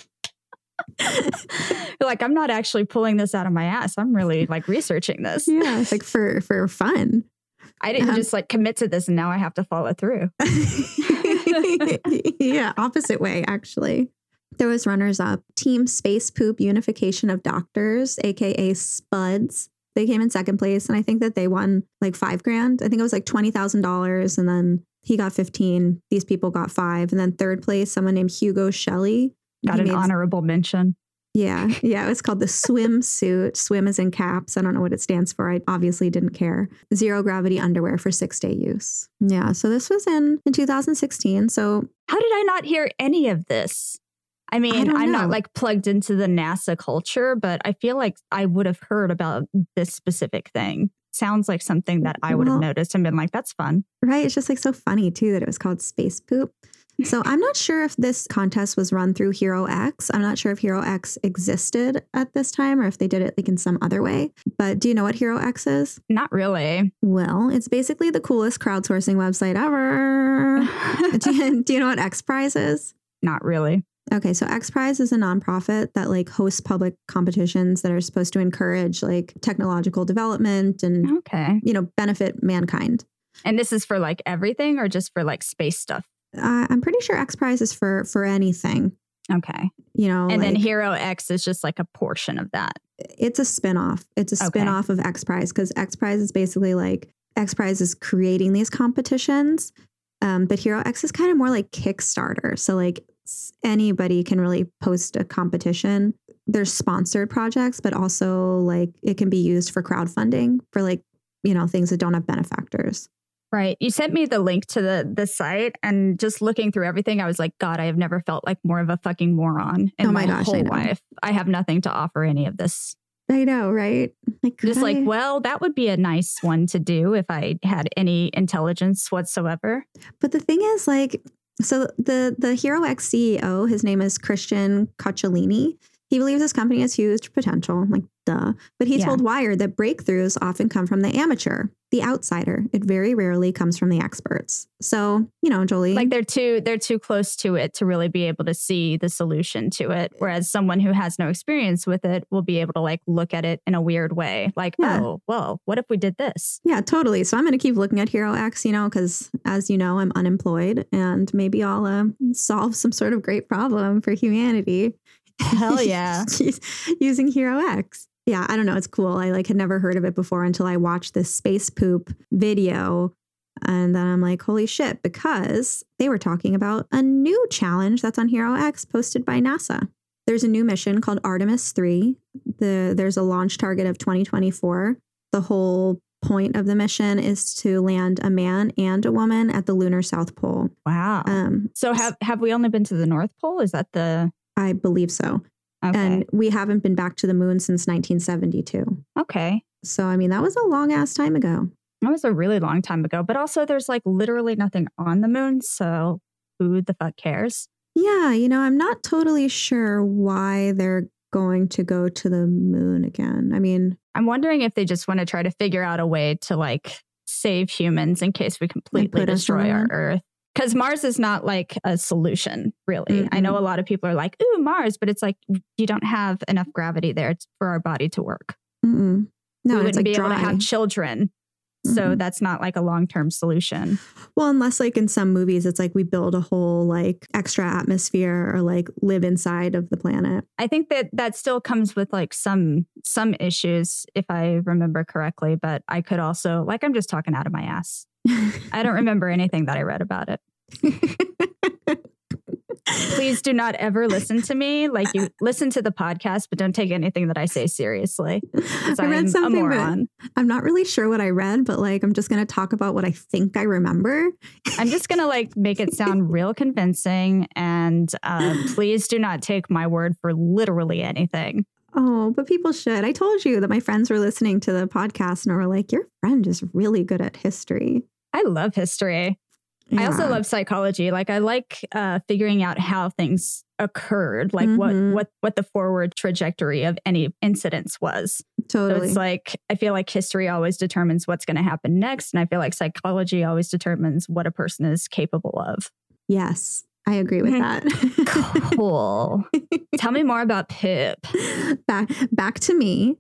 like, I'm not actually pulling this out of my ass. I'm really like researching this.
Yeah, it's like for for fun.
I didn't
Uh-huh.
just like commit to this and now I have to follow through.
yeah, opposite way, actually. There was runners up Team Space Poop Unification of Doctors, AKA Spuds. They came in second place, and I think that they won like five grand. I think it was like $20,000, and then he got 15. These people got five. And then third place, someone named Hugo Shelley.
Got
He
an
made-
honorable mention.
Yeah. Yeah. It was called the swimsuit. Swim is in caps. I don't know what it stands for. I obviously didn't care. Zero gravity underwear for six day use. Yeah. So this was in, in 2016. So
How did I not hear any of this? I mean,
don't
I'm
know.
not like plugged into the NASA culture, but I feel like I would have heard about this specific thing. Sounds like something that I would have
Well-
noticed and been like, that's fun.
Right. It's just like so funny too that it was called Space Poop. So I'm not sure if this contest was run through Hero X. I'm not sure if Hero X existed at this time or if they did it like in some other way. But do you know what Hero X is?
Not really.
Well, it's basically the coolest crowdsourcing website ever. do, you, do you know what X Prize is?
not really.
Okay, so X Prize is a nonprofit that like hosts public competitions that are supposed to encourage like technological development
Oh.
and
Okay.
you know benefit mankind.
And this is for like everything or just for like space stuff?
uh, I'm pretty sure X Prize is for for anything.
Okay.
You know,
and then
like,
Hero X is just like a portion of that.
it's a spinoff. It's a
Okay.
spinoff of X Prize because X Prize is basically like X Prize is creating these competitions, um, but Hero X is kind of more like Kickstarter. So like s- anybody can really post a competition. There's sponsored projects, but also like it can be used for crowdfunding for like you know things that don't have benefactors.
Right. You sent me the link to the the site and just looking through everything, I was like, God, I have never felt like more of a fucking moron in
Oh my
my,
gosh, I
whole
know.
life. I have nothing to offer any of this.
I know, right? Like could
just like,
I-
well, that would be a nice one to do if I had any intelligence whatsoever.
But the thing is, like, so the the Hero X CEO, his name is Christian Cocciolini. He believes his company has huge potential, like duh. But he
Yeah.
told Wired that breakthroughs often come from the amateur, the outsider. It very rarely comes from the experts. So you know, Jolie,
Like they're too they're too close to it to really be able to see the solution to it. Whereas someone who has no experience with it will be able to like look at it in a weird way. Like,
Yeah.
oh, whoa, what if we did this?
yeah, totally. So I'm going to keep looking at Hero X, you know, because as you know, I'm unemployed, and maybe I'll uh, solve some sort of great problem for humanity.
Hell yeah.
She's using Hero X. Yeah, I don't know. It's cool. I like had never heard of it before until I watched this space poop video. And then I'm like, holy shit, because they were talking about a new challenge that's on Hero X posted by NASA. There's a new mission called Artemis 3. The, there's a launch target of 2024. The whole point of the mission is to land a man and a woman at the lunar South Pole.
Wow.
Um,
so have have we only been to the North Pole? Is that the
I believe so.
okay.
And we haven't been back to the moon since 1972.
Okay.
So, I mean, that was a long ass time ago.
That was a really long time ago. But also, there's like literally nothing on the moon. So who the fuck cares?
Yeah, you know, I'm not totally sure why they're going to go to the moon again. I mean,
I'm wondering if they just want to try to figure out a way to like save humans in case we completely
put us on
destroy our
it.
Earth. Because Mars is not like a solution, really. I know a lot of people are like, ooh, Mars, but it's like you don't have enough gravity there t- for our body to work.
mm-mm. no,
we
it's
wouldn't
like
be
dry.
able to have children. So
Mhm.
that's not like a long term solution.
Well, unless like in some movies, it's like we build a whole like extra atmosphere or like live inside of the planet.
I think that that still comes with like some some issues if I remember correctly, but I could also like I'm just talking out of my ass. I don't remember anything that I read about it. Please do not ever listen to me like you listen to the podcast but don't take anything that I say seriously. 'cause
I read
am
something,
a
but-
moron.
I'm not really sure what I read, but like I'm just going to talk about what I think I remember.
I'm just going to like make it sound real convincing and uh, please do not take my word for literally anything.
Oh, but people should. I told you that my friends were listening to the podcast and were like, your friend is really good at history.
I love history. I also
Yeah.
love psychology. Like I like uh, figuring out how things occurred, like
Mhm.
what what what the forward trajectory of any incidents was. So
totally.
it's like I feel like history always determines what's going to happen next, and I feel like psychology always determines what a person is capable of.
yes, I agree with
Mm-hmm.
that.
Cool. Tell me more about Pip.
back back to me.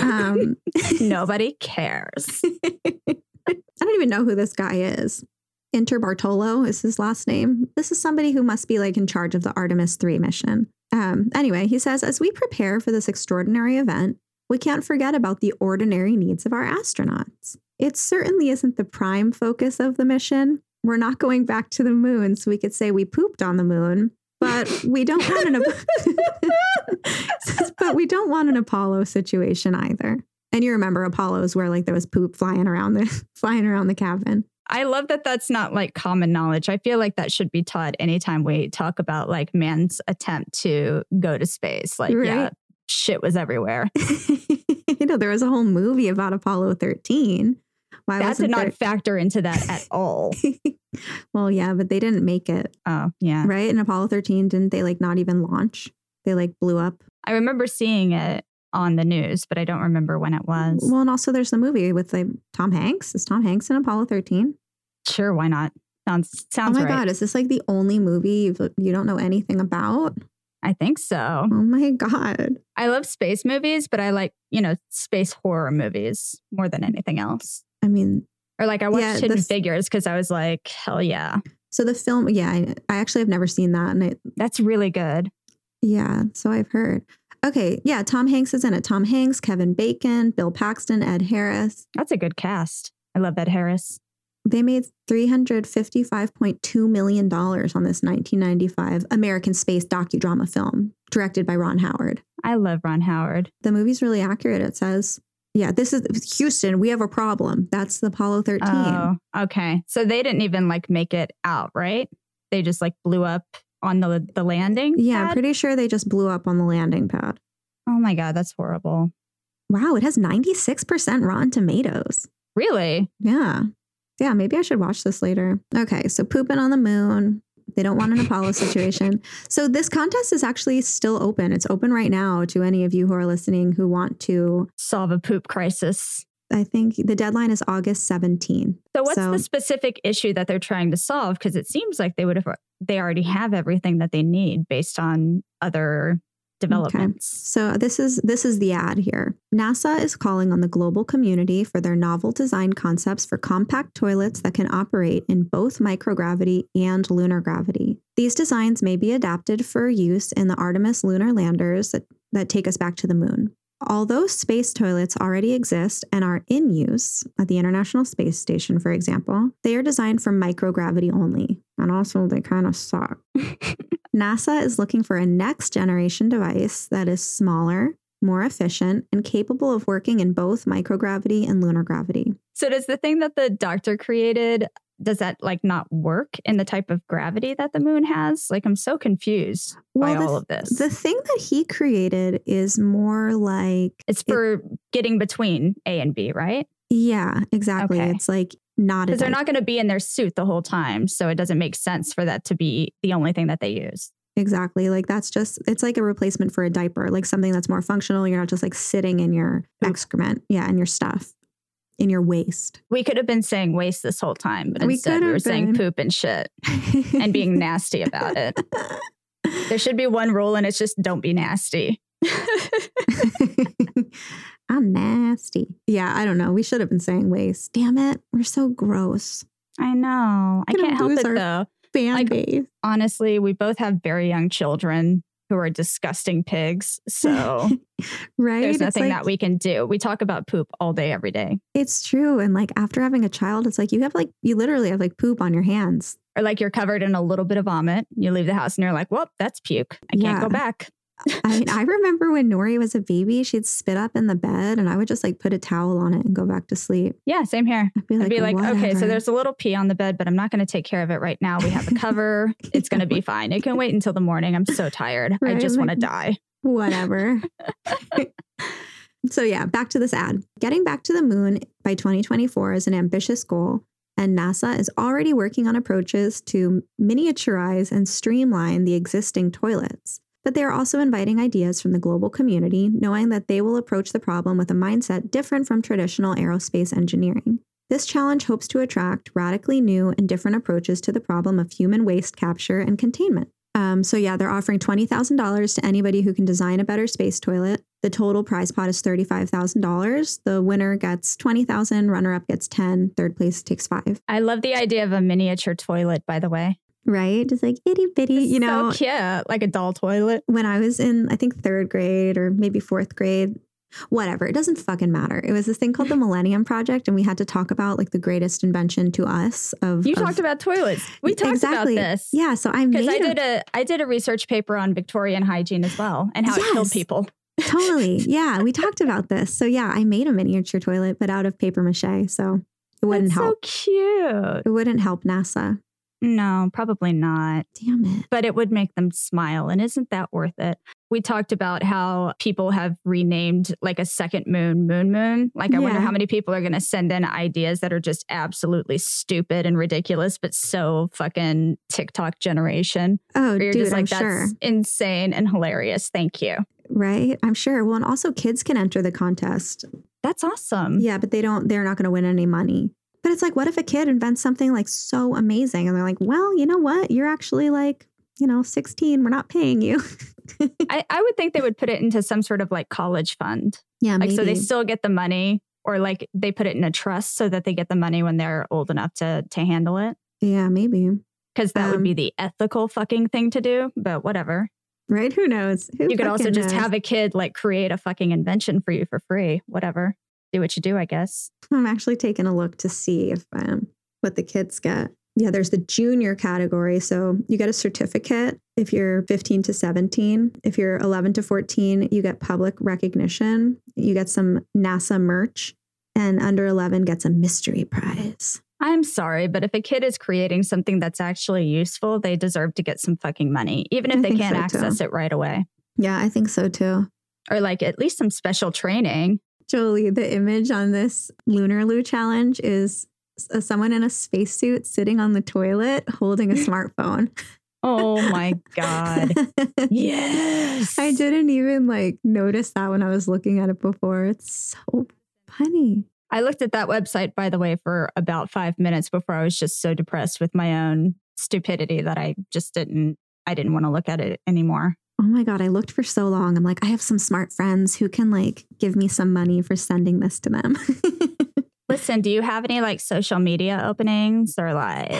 Um,
Nobody cares.
I don't even know who this guy is. Inter Bartolo is his last name. This is somebody who must be like in charge of the Artemis 3 mission. Um, anyway, he says, as we prepare for this extraordinary event, we can't forget about the ordinary needs of our astronauts. It certainly isn't the prime focus of the mission. We're not going back to the moon, so we could say we pooped on the moon, but we don't want an ap- but we don't want an Apollo situation either. And you remember Apollo's where like there was poop flying around the flying around the cabin.
I love that that's not like common knowledge. I feel like that should be taught anytime we talk about like man's attempt to go to space. Like,
Right.
yeah, shit was everywhere.
you know, there was a whole movie about Apollo 13. Why
that did
wasn't
not
there-
factor into that at all.
well, yeah, but they didn't make it,
oh, yeah.
right? And Apollo 13 didn't they like not even launch? They like blew up.
I remember seeing it on the news, but I don't remember when it was.
Well, and also there's the movie with like Tom Hanks. Is Tom Hanks in Apollo 13?
sure, why not? Sounds
Oh
sounds
my
right.
god, is this like the only movie you've, you don't know anything about?
I think so.
Oh my god.
I love space movies, but I like, you know, space horror movies more than anything else.
I mean,
Or like I watched
Yeah,
Hidden
this-
Figures because I was like, hell yeah.
So the film, yeah, I, I actually have never seen that, and it,
That's really good.
yeah, so I've heard. Okay, yeah, Tom Hanks is in it. Tom Hanks, Kevin Bacon, Bill Paxton, Ed Harris.
That's a good cast. I love Ed Harris.
They made three hundred fifty-five point two million dollars on this nineteen ninety-five American space docudrama film directed by Ron Howard.
I love Ron Howard.
The movie's really accurate. It says, "Yeah, this is Houston. We have a problem. That's the Apollo 13.
Oh, okay. So they didn't even like make it out, right? They just like blew up on the the landing.
Yeah, I'm
pad?
pretty sure they just blew up on the landing pad.
oh my god, that's horrible.
Wow, it has ninety-six percent Rotten Tomatoes.
Really?
Yeah. Yeah, maybe I should watch this later. Okay, so pooping on the moon. They don't want an Apollo situation. So this contest is actually still open. It's open right now to any of you who are listening who want to.
Solve a poop crisis.
I think the deadline is August 17th.
So what's
So-
the specific issue that they're trying to solve? Because it seems like they would have they already have everything that they need based on other developments.
So this is this is the ad here. NASA is calling on the global community for their novel design concepts for compact toilets that can operate in both microgravity and lunar gravity. These designs may be adapted for use in the Artemis lunar landers that, that take us back to the moon. Although space toilets already exist and are in use at the International Space Station, for example, they are designed for microgravity only. And also, they kind of suck. NASA is looking for a next generation device that is smaller, more efficient, and capable of working in both microgravity and lunar gravity.
So does the thing that the doctor created does that like not work in the type of gravity that the moon has? Like I'm so confused by
the,
all of this.
the thing that he created is more like
it's for getting between A and B, right?
Yeah, exactly.
Okay.
It's like not a
because they're
dice.
not going to be in their suit the whole time. So it doesn't make sense for that to be the only thing that they use.
Exactly. Like that's just it's like a replacement for a diaper, like something that's more functional. You're not just like sitting in your
Poop.
excrement, yeah, in your stuff, in your waste.
We could have been saying waste this whole time, but
We
instead
could
we
have
were saying
been.
poop and shit and being nasty about it. There should be one rule, and it's just don't be nasty.
I'm nasty. Yeah, I don't know. We should have been saying waste. Damn it. We're so gross.
I know. I
Gonna
can't help
lose
it
our-
though.
Fan
Like-
base.
Honestly, we both have very young children who are disgusting pigs. So
right.
there's
It's
nothing
like-
that we can do. We talk about poop all day, every day.
It's true. And like after having a child, it's like you have like you literally have like poop on your hands.
Or like you're covered in a little bit of vomit. You leave the house and you're like, well, that's puke. I
Yeah.
can't go back.
I mean, I remember when Nori was a baby, she'd spit up in the bed and I would just like put a towel on it and go back to sleep.
Yeah, same here.
I'd be
I'd
like,
be like, okay, so
"Whatever."
there's a little pee on the bed, but I'm not going to take care of it right now. We have a cover. it's going to be fine. It can wait until the morning. I'm so tired. I
Right,
just want to
like-
die.
whatever. so, yeah, back to this ad. Getting back to the moon by 2024 is an ambitious goal, and NASA is already working on approaches to miniaturize and streamline the existing toilets. But they are also inviting ideas from the global community, knowing that they will approach the problem with a mindset different from traditional aerospace engineering. This challenge hopes to attract radically new and different approaches to the problem of human waste capture and containment. Um, so yeah, they're offering twenty thousand dollars to anybody who can design a better space toilet. The total prize pot is thirty-five thousand dollars. The winner gets twenty thousand, runner-up gets ten, third place takes five.
I love the idea of a miniature toilet, by the way.
Right? Just like itty bitty,
It's
you know.
so cute, like a doll toilet.
When I was in, I think third grade or maybe fourth grade, whatever. It doesn't fucking matter. It was this thing called the Millennium Project, and we had to talk about like the greatest invention to us of
You
of-
talked about toilets. We talked
exactly.
about this.
Yeah, so I
Because
made
I
a-
did a I did a research paper on Victorian hygiene as well and how it killed
Yes.
people.
Totally. Yeah. We talked about this. So, yeah, I made a miniature toilet, but out of paper mache. So it wouldn't
That's
help.
so cute.
it wouldn't help NASA.
No, probably not.
Damn it.
but it would make them smile. And isn't that worth it? We talked about how people have renamed like a second moon, Moon Moon. Like, I wonder
Yeah.
how many people are going to send in ideas that are just absolutely stupid and ridiculous, but so fucking TikTok generation.
Oh,
Where you're
dude,
just like,
I'm
that's
sure.
insane and hilarious. Thank you.
Right? I'm sure. Well, and also kids can enter the contest.
That's awesome.
Yeah, but they don't, they're not going to win any money. But it's like, what if a kid invents something like so amazing and they're like, well, you know what? You're actually like, you know, 16. We're not paying you.
I, I would think they would put it into some sort of like college fund.
Yeah,
Like,
maybe.
so they still get the money. Or like they put it in a trust so that they get the money when they're old enough to to handle it.
yeah, maybe.
because that
Um,
would be the ethical fucking thing to do. But whatever.
Right? Who knows? Who
You could also
fucking
just
knows?
have a kid like create a fucking invention for you for free. Whatever. Do what you do, I guess.
I'm actually taking a look to see if um, what the kids get. Yeah, there's the junior category. So you get a certificate if you're 15 to 17. If you're 11 to 14, you get public recognition. You get some NASA merch. And under 11 gets a mystery prize.
I'm sorry, but if a kid is creating something that's actually useful, they deserve to get some fucking money, even if
I
they
think
can't
so, too.
access it right away.
Yeah, I think so too.
Or like at least some special training.
Jolie, the image on this Lunar Loo challenge is uh, someone in a spacesuit sitting on the toilet holding a smartphone.
Oh my God. yes.
I didn't even like notice that when I was looking at it before. It's so funny.
I looked at that website, by the way, for about five minutes before I was just so depressed with my own stupidity that I just didn't. I didn't want to look at it anymore.
Oh my God, I looked for so long. I'm like, I have some smart friends who can like give me some money for sending this to them.
Listen, do you have any like social media openings or like,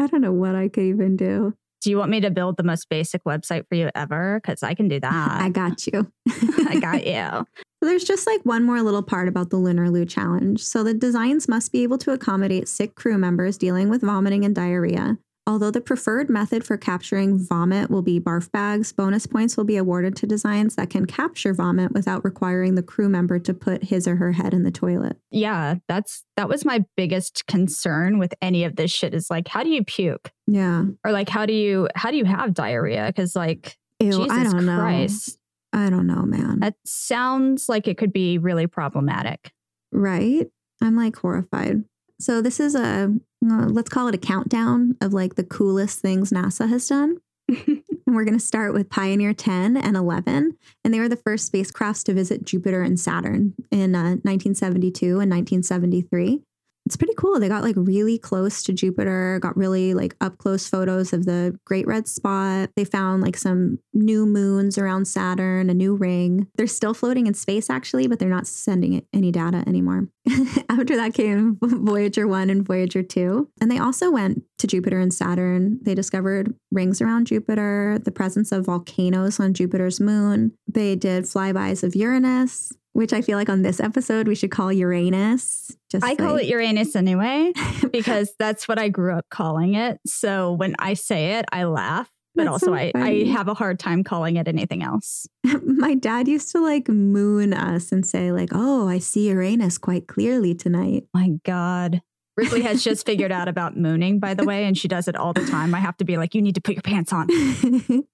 I don't know what I could even do.
do you want me to build the most basic website for you ever? Because I can do
I
that.
got you.
I got you.
So There's just like one more little part about the Lunar Loo challenge. So the designs must be able to accommodate sick crew members dealing with vomiting and diarrhea. Although the preferred method for capturing vomit will be barf bags, bonus points will be awarded to designs that can capture vomit without requiring the crew member to put his or her head in the toilet.
Yeah, that's that was my biggest concern with any of this shit is like, how do you puke?
Yeah.
Or like, how do you how do you have diarrhea? Because like,
Ew,
Jesus
I don't know.
Christ,
I don't know, man.
That sounds like it could be really problematic.
Right? I'm like horrified. So this is a uh, let's call it a countdown of like the coolest things NASA has done. And we're going to start with Pioneer 10 and 11. And they were the first spacecrafts to visit Jupiter and Saturn in uh, 1972 and 1973. It's pretty cool. They got like really close to Jupiter, got really like up close photos of the Great Red Spot. They found like some new moons around Saturn, a new ring. They're still floating in space actually, but they're not sending it any data anymore. After that came Voyager 1 and Voyager 2. And they also went to Jupiter and Saturn. They discovered rings around Jupiter, the presence of volcanoes on Jupiter's moon. They did flybys of Uranus, which I feel like on this episode we should call Uranus. Just
I call
like-
it Uranus anyway because that's what I grew up calling it. So when I say it, I laugh, but
That's so
also I, I
funny.
have a hard time calling it anything else.
my dad used to like moon us and say like, "Oh, I see Uranus quite clearly tonight."
My God. Ripley has just figured out about mooning, by the way, and she does it all the time. I have to be like, you need to put your pants on.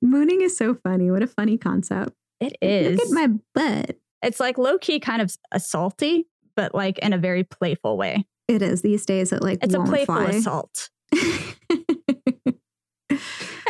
Mooning is so funny. What a funny concept.
It is.
Look at my butt.
it's like low key kind of assaulty, but like in a very playful way.
It is these days. It like
It's
won't
a playful
fly.
assault.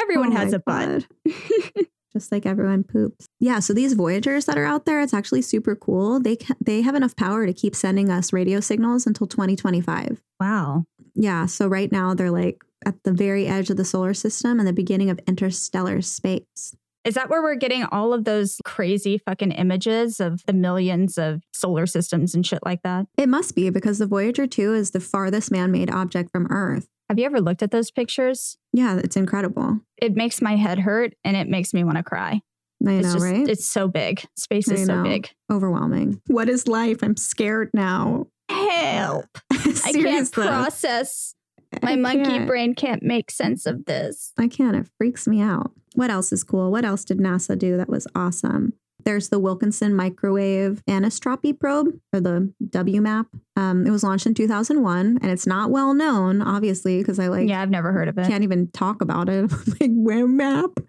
Everyone
Oh
has
my
a butt.
God. Just like everyone poops. Yeah, so these voyagers that are out there, it's actually super cool. They ca- they have enough power to keep sending us radio signals until 2025.
Wow.
Yeah, so right now they're like at the very edge of the solar system and the beginning of interstellar space.
Is that where we're getting all of those crazy fucking images of the millions of solar systems and shit like that?
It must be because the Voyager 2 is the farthest man-made object from Earth.
Have you ever looked at those pictures?
Yeah, it's incredible.
It makes my head hurt and it makes me want to cry.
I
it's
know,
just
right?
it's so big. Space
I
is so
know.
big.
overwhelming. What is life? I'm scared now.
Help. I can't
Seriously.
process.
I
My monkey
can't.
brain can't make sense of this.
I can't. It freaks me out. What else is cool? What else did NASA do that was awesome? There's the Wilkinson Microwave Anisotropy Probe, or the WMAP. Um, it was launched in 2001, and it's not well known, obviously, because I like
yeah, I've never heard of it.
can't even talk about it. like WMAP.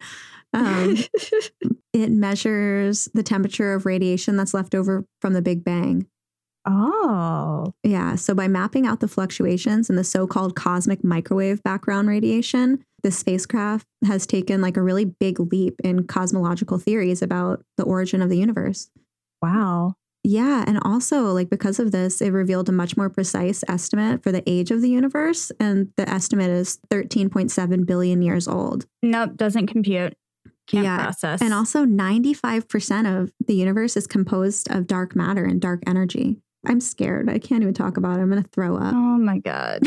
Um, it measures the temperature of radiation that's left over from the Big Bang.
oh.
Yeah. So by mapping out the fluctuations in the so-called cosmic microwave background radiation, the spacecraft has taken like a really big leap in cosmological theories about the origin of the universe.
Wow.
Yeah, and also like because of this, it revealed a much more precise estimate for the age of the universe and the estimate is 13.7 billion years old.
Nope, doesn't compute. Can't
Yeah,
process.
And also 95% of the universe is composed of dark matter and dark energy. I'm scared. I can't even talk about it. I'm going to throw up.
Oh my god.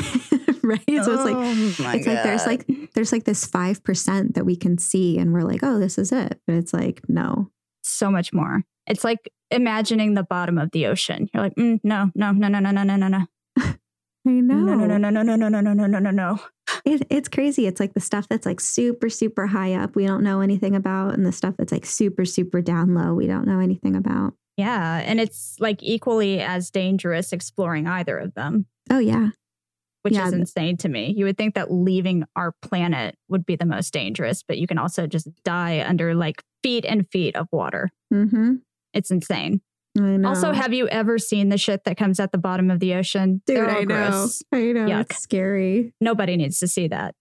right? So it's like
Oh my
it's like there's
God.
like there's like this five percent that we can see, and we're like, oh, this is it. But it's like, no,
so much more. It's like imagining the bottom of the ocean. You're like, mm, no, no, no, no, no, no, no, no, no,
I know,
no, no, no, no, no, no, no, no, no, no, no, no.
It, it's crazy. It's like the stuff that's like super, super high up, we don't know anything about, and the stuff that's like super, super down low, we don't know anything about.
Yeah, and it's like equally as dangerous exploring either of them,
Oh yeah,
which
Yeah,
is
th-
insane to me. You would think that leaving our planet would be the most dangerous, but you can also just die under like feet and feet of water.
mm-hmm.
It's insane.
I know.
Also, have you ever seen the shit that comes at the bottom of the ocean?
dude,
They're all
I know,
gross.
I know,
Yuck.
it's scary.
Nobody needs to see that.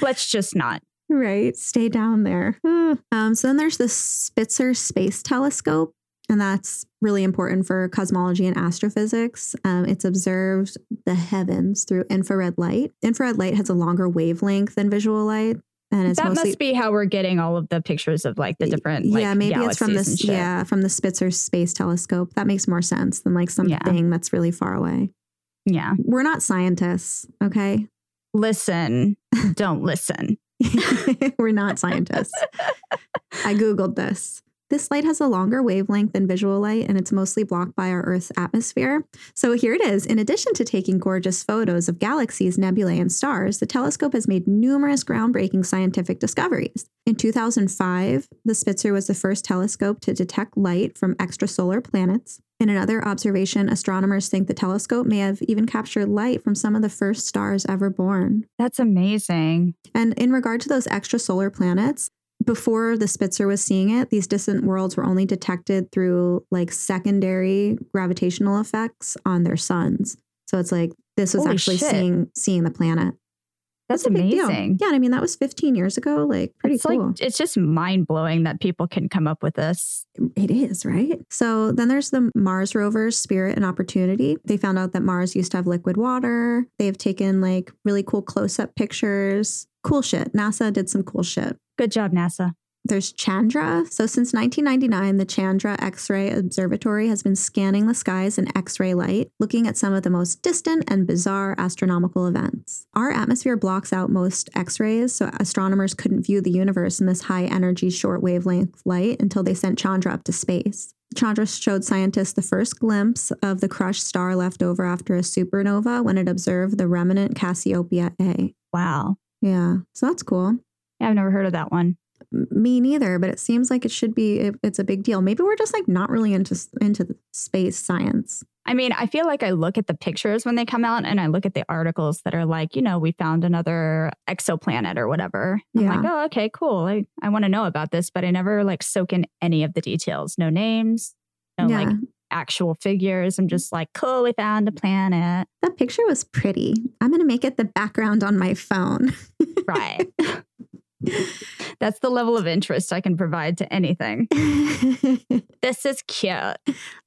Let's just not.
Right. Stay down there. Ugh. Um, so then there's the Spitzer Space Telescope, and that's really important for cosmology and astrophysics. Um, it's observed the heavens through infrared light. Infrared light has a longer wavelength than visual light, and it's
that
mostly
must be how we're getting all of the pictures of like the different like,
yeah, maybe it's from
galaxies and
this
shit.
yeah from the Spitzer Space Telescope. That makes more sense than like something
Yeah.
that's really far away.
yeah
We're not scientists, okay?
listen don't listen
We're not scientists. I Googled this. This light has a longer wavelength than visual light, and it's mostly blocked by our Earth's atmosphere. So here it is. In addition to taking gorgeous photos of galaxies, nebulae, and stars, the telescope has made numerous groundbreaking scientific discoveries. In 2005, the Spitzer was the first telescope to detect light from extrasolar planets. In another observation, astronomers think the telescope may have even captured light from some of the first stars ever born.
that's amazing
And in regard to those extrasolar planets, before the Spitzer was seeing it, these distant worlds were only detected through like secondary gravitational effects on their suns. So it's like this was
Holy
actually
shit.
seeing seeing the planet.
That's,
a big deal.
amazing.
Yeah, and I mean that was 15 years ago. Like pretty
it's
cool.
like it's just mind blowing that people can come up with this.
It is, right? So then there's the Mars rovers, Spirit and Opportunity. They found out that Mars used to have liquid water. They've taken like really cool close up pictures. Cool shit. NASA did some cool shit.
Good job, NASA.
There's Chandra. So since 1999, the Chandra X ray Observatory has been scanning the skies in X ray light, looking at some of the most distant and bizarre astronomical events. Our atmosphere blocks out most X rays, so astronomers couldn't view the universe in this high energy, short wavelength light until they sent Chandra up to space. Chandra showed scientists the first glimpse of the crushed star left over after a supernova when it observed the remnant Cassiopeia A.
Wow.
Yeah, so that's cool.
Yeah, I've never heard of that one.
M- me neither but it seems like it should be it, it's a big deal maybe we're just like not really into s- into the space science
I mean, I feel like I look at the pictures when they come out and I look at the articles that are like, you know, we found another exoplanet or whatever. I'm
Yeah.
like, oh, okay, cool. I, I want to know about this, but I never like soak in any of the details. No names, no
yeah
like actual figures. I'm just like, cool, we found a planet.
that picture was pretty i'm gonna make it the background on my phone
Right. That's the level of interest I can provide to anything. This is cute.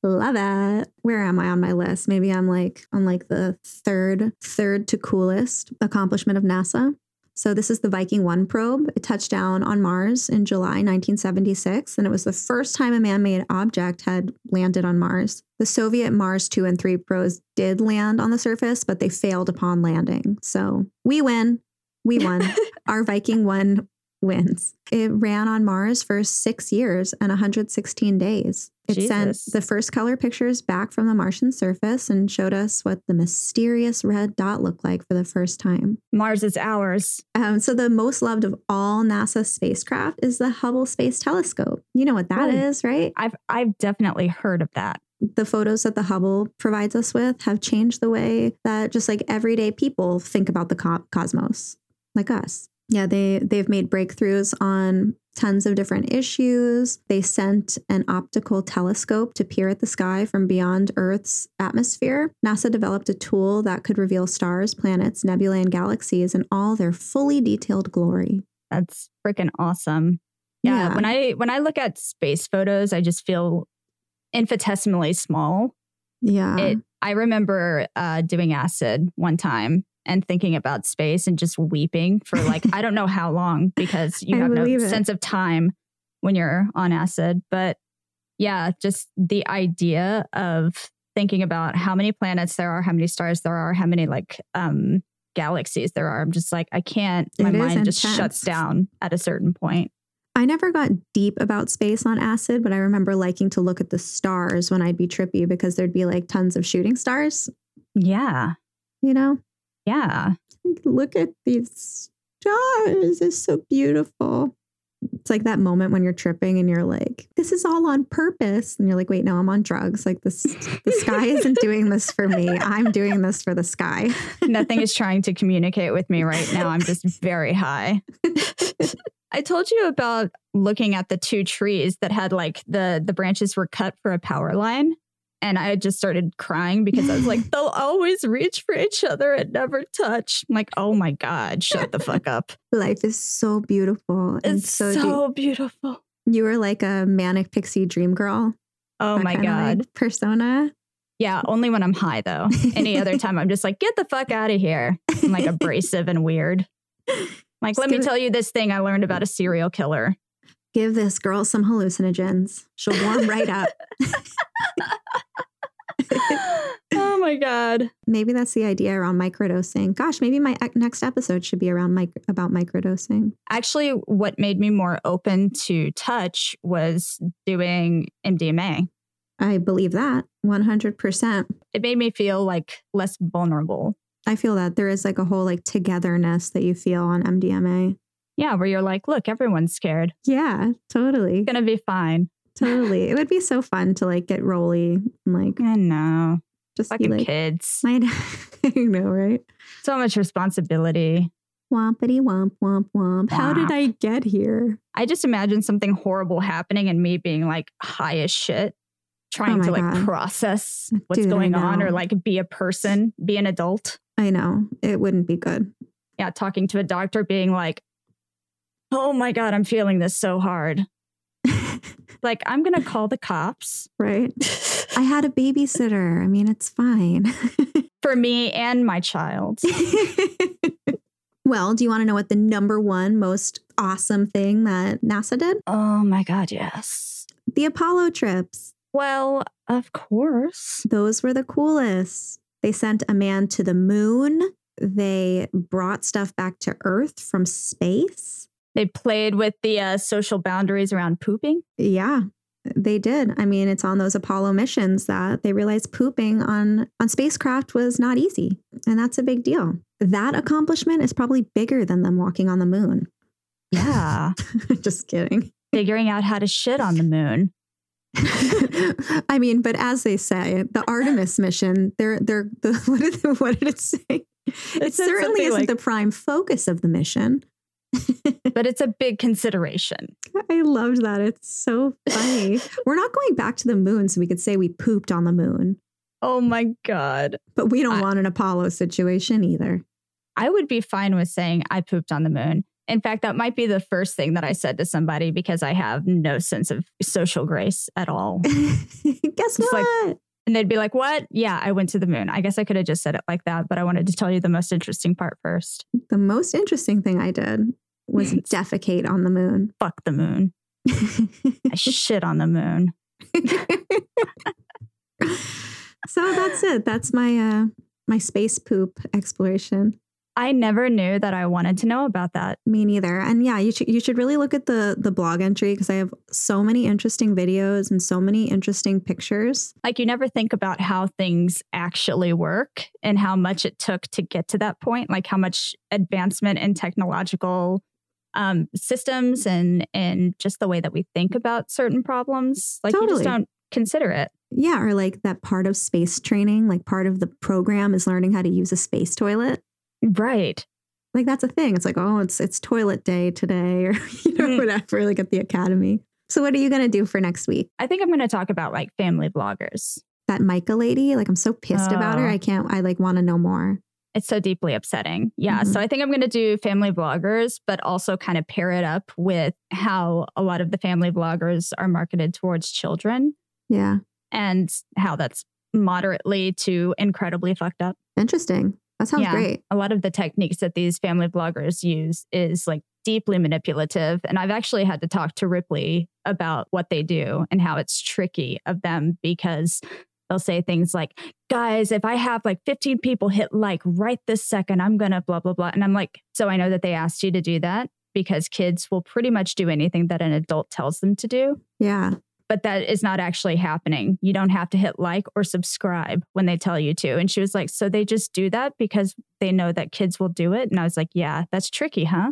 love it where am i on my list maybe i'm like on like the third third to coolest accomplishment of nasa so this is the viking 1 probe it touched down on mars in july 1976 and it was the first time a man-made object had landed on mars the soviet mars 2 and 3 probes did land on the surface but they failed upon landing so we win we won our Viking 1 wins. It ran on Mars for six years and 116 days. It sent
Jesus.
the first color pictures back from the Martian surface and showed us what the mysterious red dot looked like for the first time.
Mars is ours.
Um, so, the most loved of all NASA spacecraft is the Hubble Space Telescope. You know what that
Oh.
is, right?
I've I've definitely heard of that.
The photos that the Hubble provides us with have changed the way that just like everyday people think about the co- cosmos, like us. Yeah, they they've made breakthroughs on tons of different issues. They sent an optical telescope to peer at the sky from beyond Earth's atmosphere. NASA developed a tool that could reveal stars, planets, nebulae, and galaxies in all their fully detailed glory.
That's freaking awesome. Yeah,
Yeah.
When I when I look at space photos, I just feel infinitesimally small.
Yeah.
It- I remember uh, doing acid one time and thinking about space and just weeping for like I don't know how long because you
I
have no
believe it.
sense of time when you're on acid. But yeah, just the idea of thinking about how many planets there are, how many stars there are, how many like um galaxies there are. I'm just like I can't. My
It is
mind just
intense.
shuts down at a certain point.
I never got deep about space on acid, but I remember liking to look at the stars when I'd be trippy because there'd be like tons of shooting stars,
Yeah.
you know?
Yeah.
Like, look at these stars. It's so beautiful. It's like that moment when you're tripping and you're like, this is all on purpose. And you're like, wait, no, I'm on drugs. Like this the sky isn't doing this for me. I'm doing this for the sky.
Nothing is trying to communicate with me right now. I'm just very high. I told you about looking at the two trees that had like the the branches were cut for a power line and I just started crying because I was like they'll always reach for each other and never touch. I'm like, "Oh my god, shut the fuck up."
Life is so beautiful. And
It's
so,
so,
deep.
beautiful.
you were like a manic pixie dream girl.
Oh
that
my
kinda, like,
god.
persona.
Yeah, only when I'm high though. Any other time I'm just like, "Get the fuck out of here." I'm like abrasive and weird. Like,
Just
let me
give it-
tell you this thing I learned about a serial killer.
give this girl some hallucinogens. She'll warm right up.
oh my god.
Maybe that's the idea around microdosing. Gosh, maybe my ec- next episode should be around mic- about microdosing.
Actually, what made me more open to touch was doing MDMA.
I believe that 100%.
It made me feel like less vulnerable.
I feel that there is like a whole like togetherness that you feel on MDMA.
Yeah, where you're like, look, everyone's scared.
Yeah, totally.
It's gonna be fine.
Totally. It would be so fun to like get roly and like
I know.
just be
Fucking
like,
kids.
I know, right?
So much responsibility.
Wompity womp womp womp. How did
Womp.
I get here?
I just imagine something horrible happening and me being like high as shit, trying
Oh my
to like
God.
process what's
Dude, I
going on
know.
or like be a person, be an adult.
I know it wouldn't be good.
Yeah, talking to a doctor, being like, oh my God, I'm feeling this so hard. Like, I'm going to call the cops.
right? I had a babysitter. I mean, it's fine.
For me and my child.
well, do you want to know what the number one most awesome thing that NASA did?
oh my God, yes.
The Apollo trips.
Well, of course.
Those were the coolest. They sent a man to the moon. They brought stuff back to Earth from space.
They played with the uh, social boundaries around pooping.
Yeah, they did. I mean, it's on those Apollo missions that they realized pooping on on spacecraft was not easy, and that's a big deal. That accomplishment is probably bigger than them walking on the moon.
Yeah.
Just kidding.
Figuring out how to shit on the moon.
I mean, but as they say, the Artemis mission, they're they're the what did, what did it say? It,
said
certainly
something
isn't
like-
the prime focus of the mission.
but it's a big consideration.
I loved that. It's so funny. We're not going back to the moon so we could say we pooped on the moon,
Oh my God.
but we don't
I-
want an Apollo situation either.
I would be fine with saying I pooped on the moon. In fact, that might be the first thing that I said to somebody because I have no sense of social grace at all.
Guess
It's like-
what?
And they'd be like, What? Yeah, I went to the moon. I guess I could have just said it like that, but I wanted to tell you the most interesting part first.
the most interesting thing I did was defecate on the moon.
Fuck the moon. I shit on the moon.
so that's it. That's my uh my space poop exploration.
I never knew that I wanted to know about that.
Me neither. And yeah, you should you should really look at the the blog entry because I have so many interesting videos and so many interesting pictures.
Like, you never think about how things actually work and how much it took to get to that point, like how much advancement in technological um, systems and and just the way that we think about certain problems. Like, you
Totally.
just don't consider it.
Yeah, or like that part of space training, like part of the program is learning how to use a space toilet.
Right.
like that's a thing. It's like, oh, it's it's toilet day today, or you know,
Mhm.
whatever, like at the academy. So what are you gonna do for next week?
I think I'm going to talk about like family bloggers.
That Micah lady, like I'm so pissed about her.
Oh.
I can't I like wanna know more.
It's so deeply upsetting. Yeah.
Mhm.
So I think I'm going to do family bloggers, but also kind of pair it up with how a lot of the family bloggers are marketed towards children.
Yeah.
and how that's moderately to incredibly fucked up.
Interesting. That sounds
Yeah.
great.
A lot of the techniques that these family bloggers use is like deeply manipulative. And I've actually had to talk to Ripley about what they do and how it's tricky of them because they'll say things like, guys, if I have like 15 people hit like right this second, I'm going to blah, blah, blah. And I'm like, so I know that they asked you to do that because kids will pretty much do anything that an adult tells them to do
Yeah.
but that is not actually happening. You don't have to hit like or subscribe when they tell you to. And she was like, So they just do that because they know that kids will do it. And I was like, Yeah, that's tricky, huh?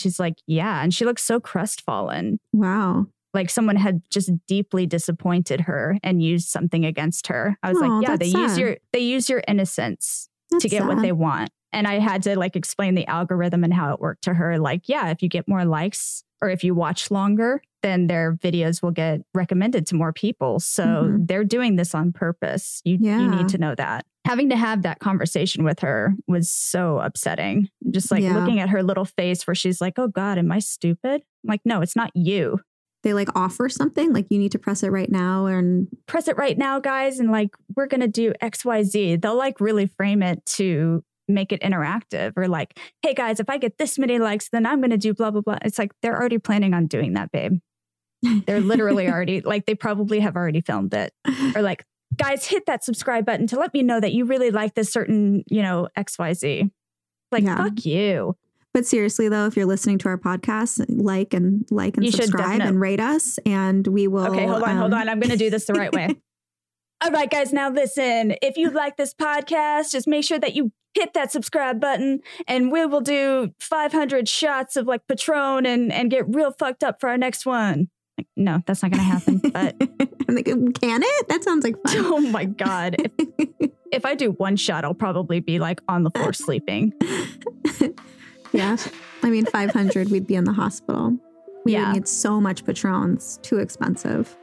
She's like, Yeah. And she looked so crestfallen,
Wow.
like someone had just deeply disappointed her and used something against her. I was
Aw,
like, Yeah, they
that's
use
sad.
your they use your innocence
That's
to get what
sad.
they want. And I had to like explain the algorithm and how it worked to her. Like, yeah, if you get more likes or if you watch longer, then their videos will get recommended to more people. So
Mhm.
they're doing this on purpose. You, you
Yeah.
need to know that. Having to have that conversation with her was so upsetting. Just like
Yeah.
looking at her little face where she's like, oh God, am I stupid? I'm like, no, it's not you.
They like offer something, like you need to press it right now and
press it right now, guys, and like we're gonna do XYZ. They'll like really frame it to make it interactive or like, hey guys, if I get this many likes, then I'm gonna do blah blah blah. It's like they're already planning on doing that, babe. They're literally already like they probably have already filmed it. Or like, guys, hit that subscribe button to let me know that you really like this certain, you know, XYZ. Like,
Yeah.
fuck you.
But seriously though, if you're listening to our podcast, like and like and
You should
subscribe
definite-
and rate us and we will
okay, hold on,
um,
hold on. I'm gonna do this the right way. All right, guys, now listen. If you like this podcast, just make sure that you hit that subscribe button and we will do 500 shots of like Patron and, and get real fucked up for our next one. Like, no, that's not going to happen. But
I'm like, can it? That sounds like fun.
oh my God. If, if I do one shot, I'll probably be like on the floor sleeping.
Yeah. I mean, 500, we'd be in the hospital. We
Yeah.
would need so much Patrons. Too expensive.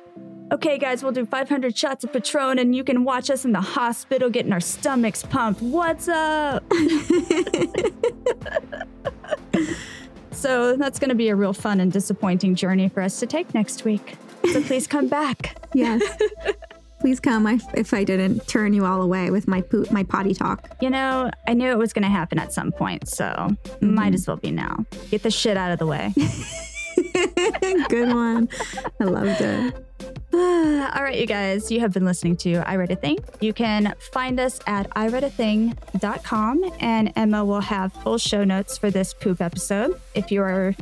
Okay, guys, we'll do 500 shots of Patron and you can watch us in the hospital getting our stomachs pumped. What's up? so that's going to be a real fun and disappointing journey for us to take next week. So please come back.
Yes. Please come I, if I didn't turn you all away with my poo, my potty talk.
You know, I knew it was going to happen at some point, so might as well be now. Get the shit out of the way.
Good one. I loved it.
All right, you guys, you have been listening to I Read a Thing. You can find us at ireadathing.com, and Emma will have full show notes for this poop episode if you are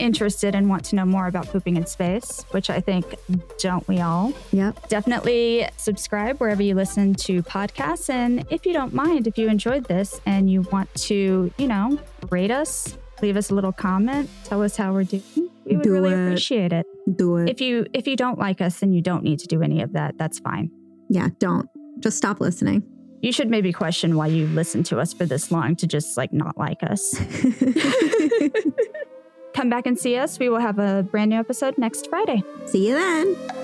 interested and want to know more about pooping in space, which I think don't we all?
Yep.
Definitely subscribe wherever you listen to podcasts. And if you don't mind, if you enjoyed this and you want to, you know, rate us, leave us a little comment, tell us how we're doing, we would
Do
really
it.
appreciate it
Do it.
if you if you don't like us then you don't need to do any of that that's fine
yeah, don't. Just stop listening.
you should maybe question why you listened to us for this long to just like not like us come back and see us we will have a brand new episode next friday
See you then.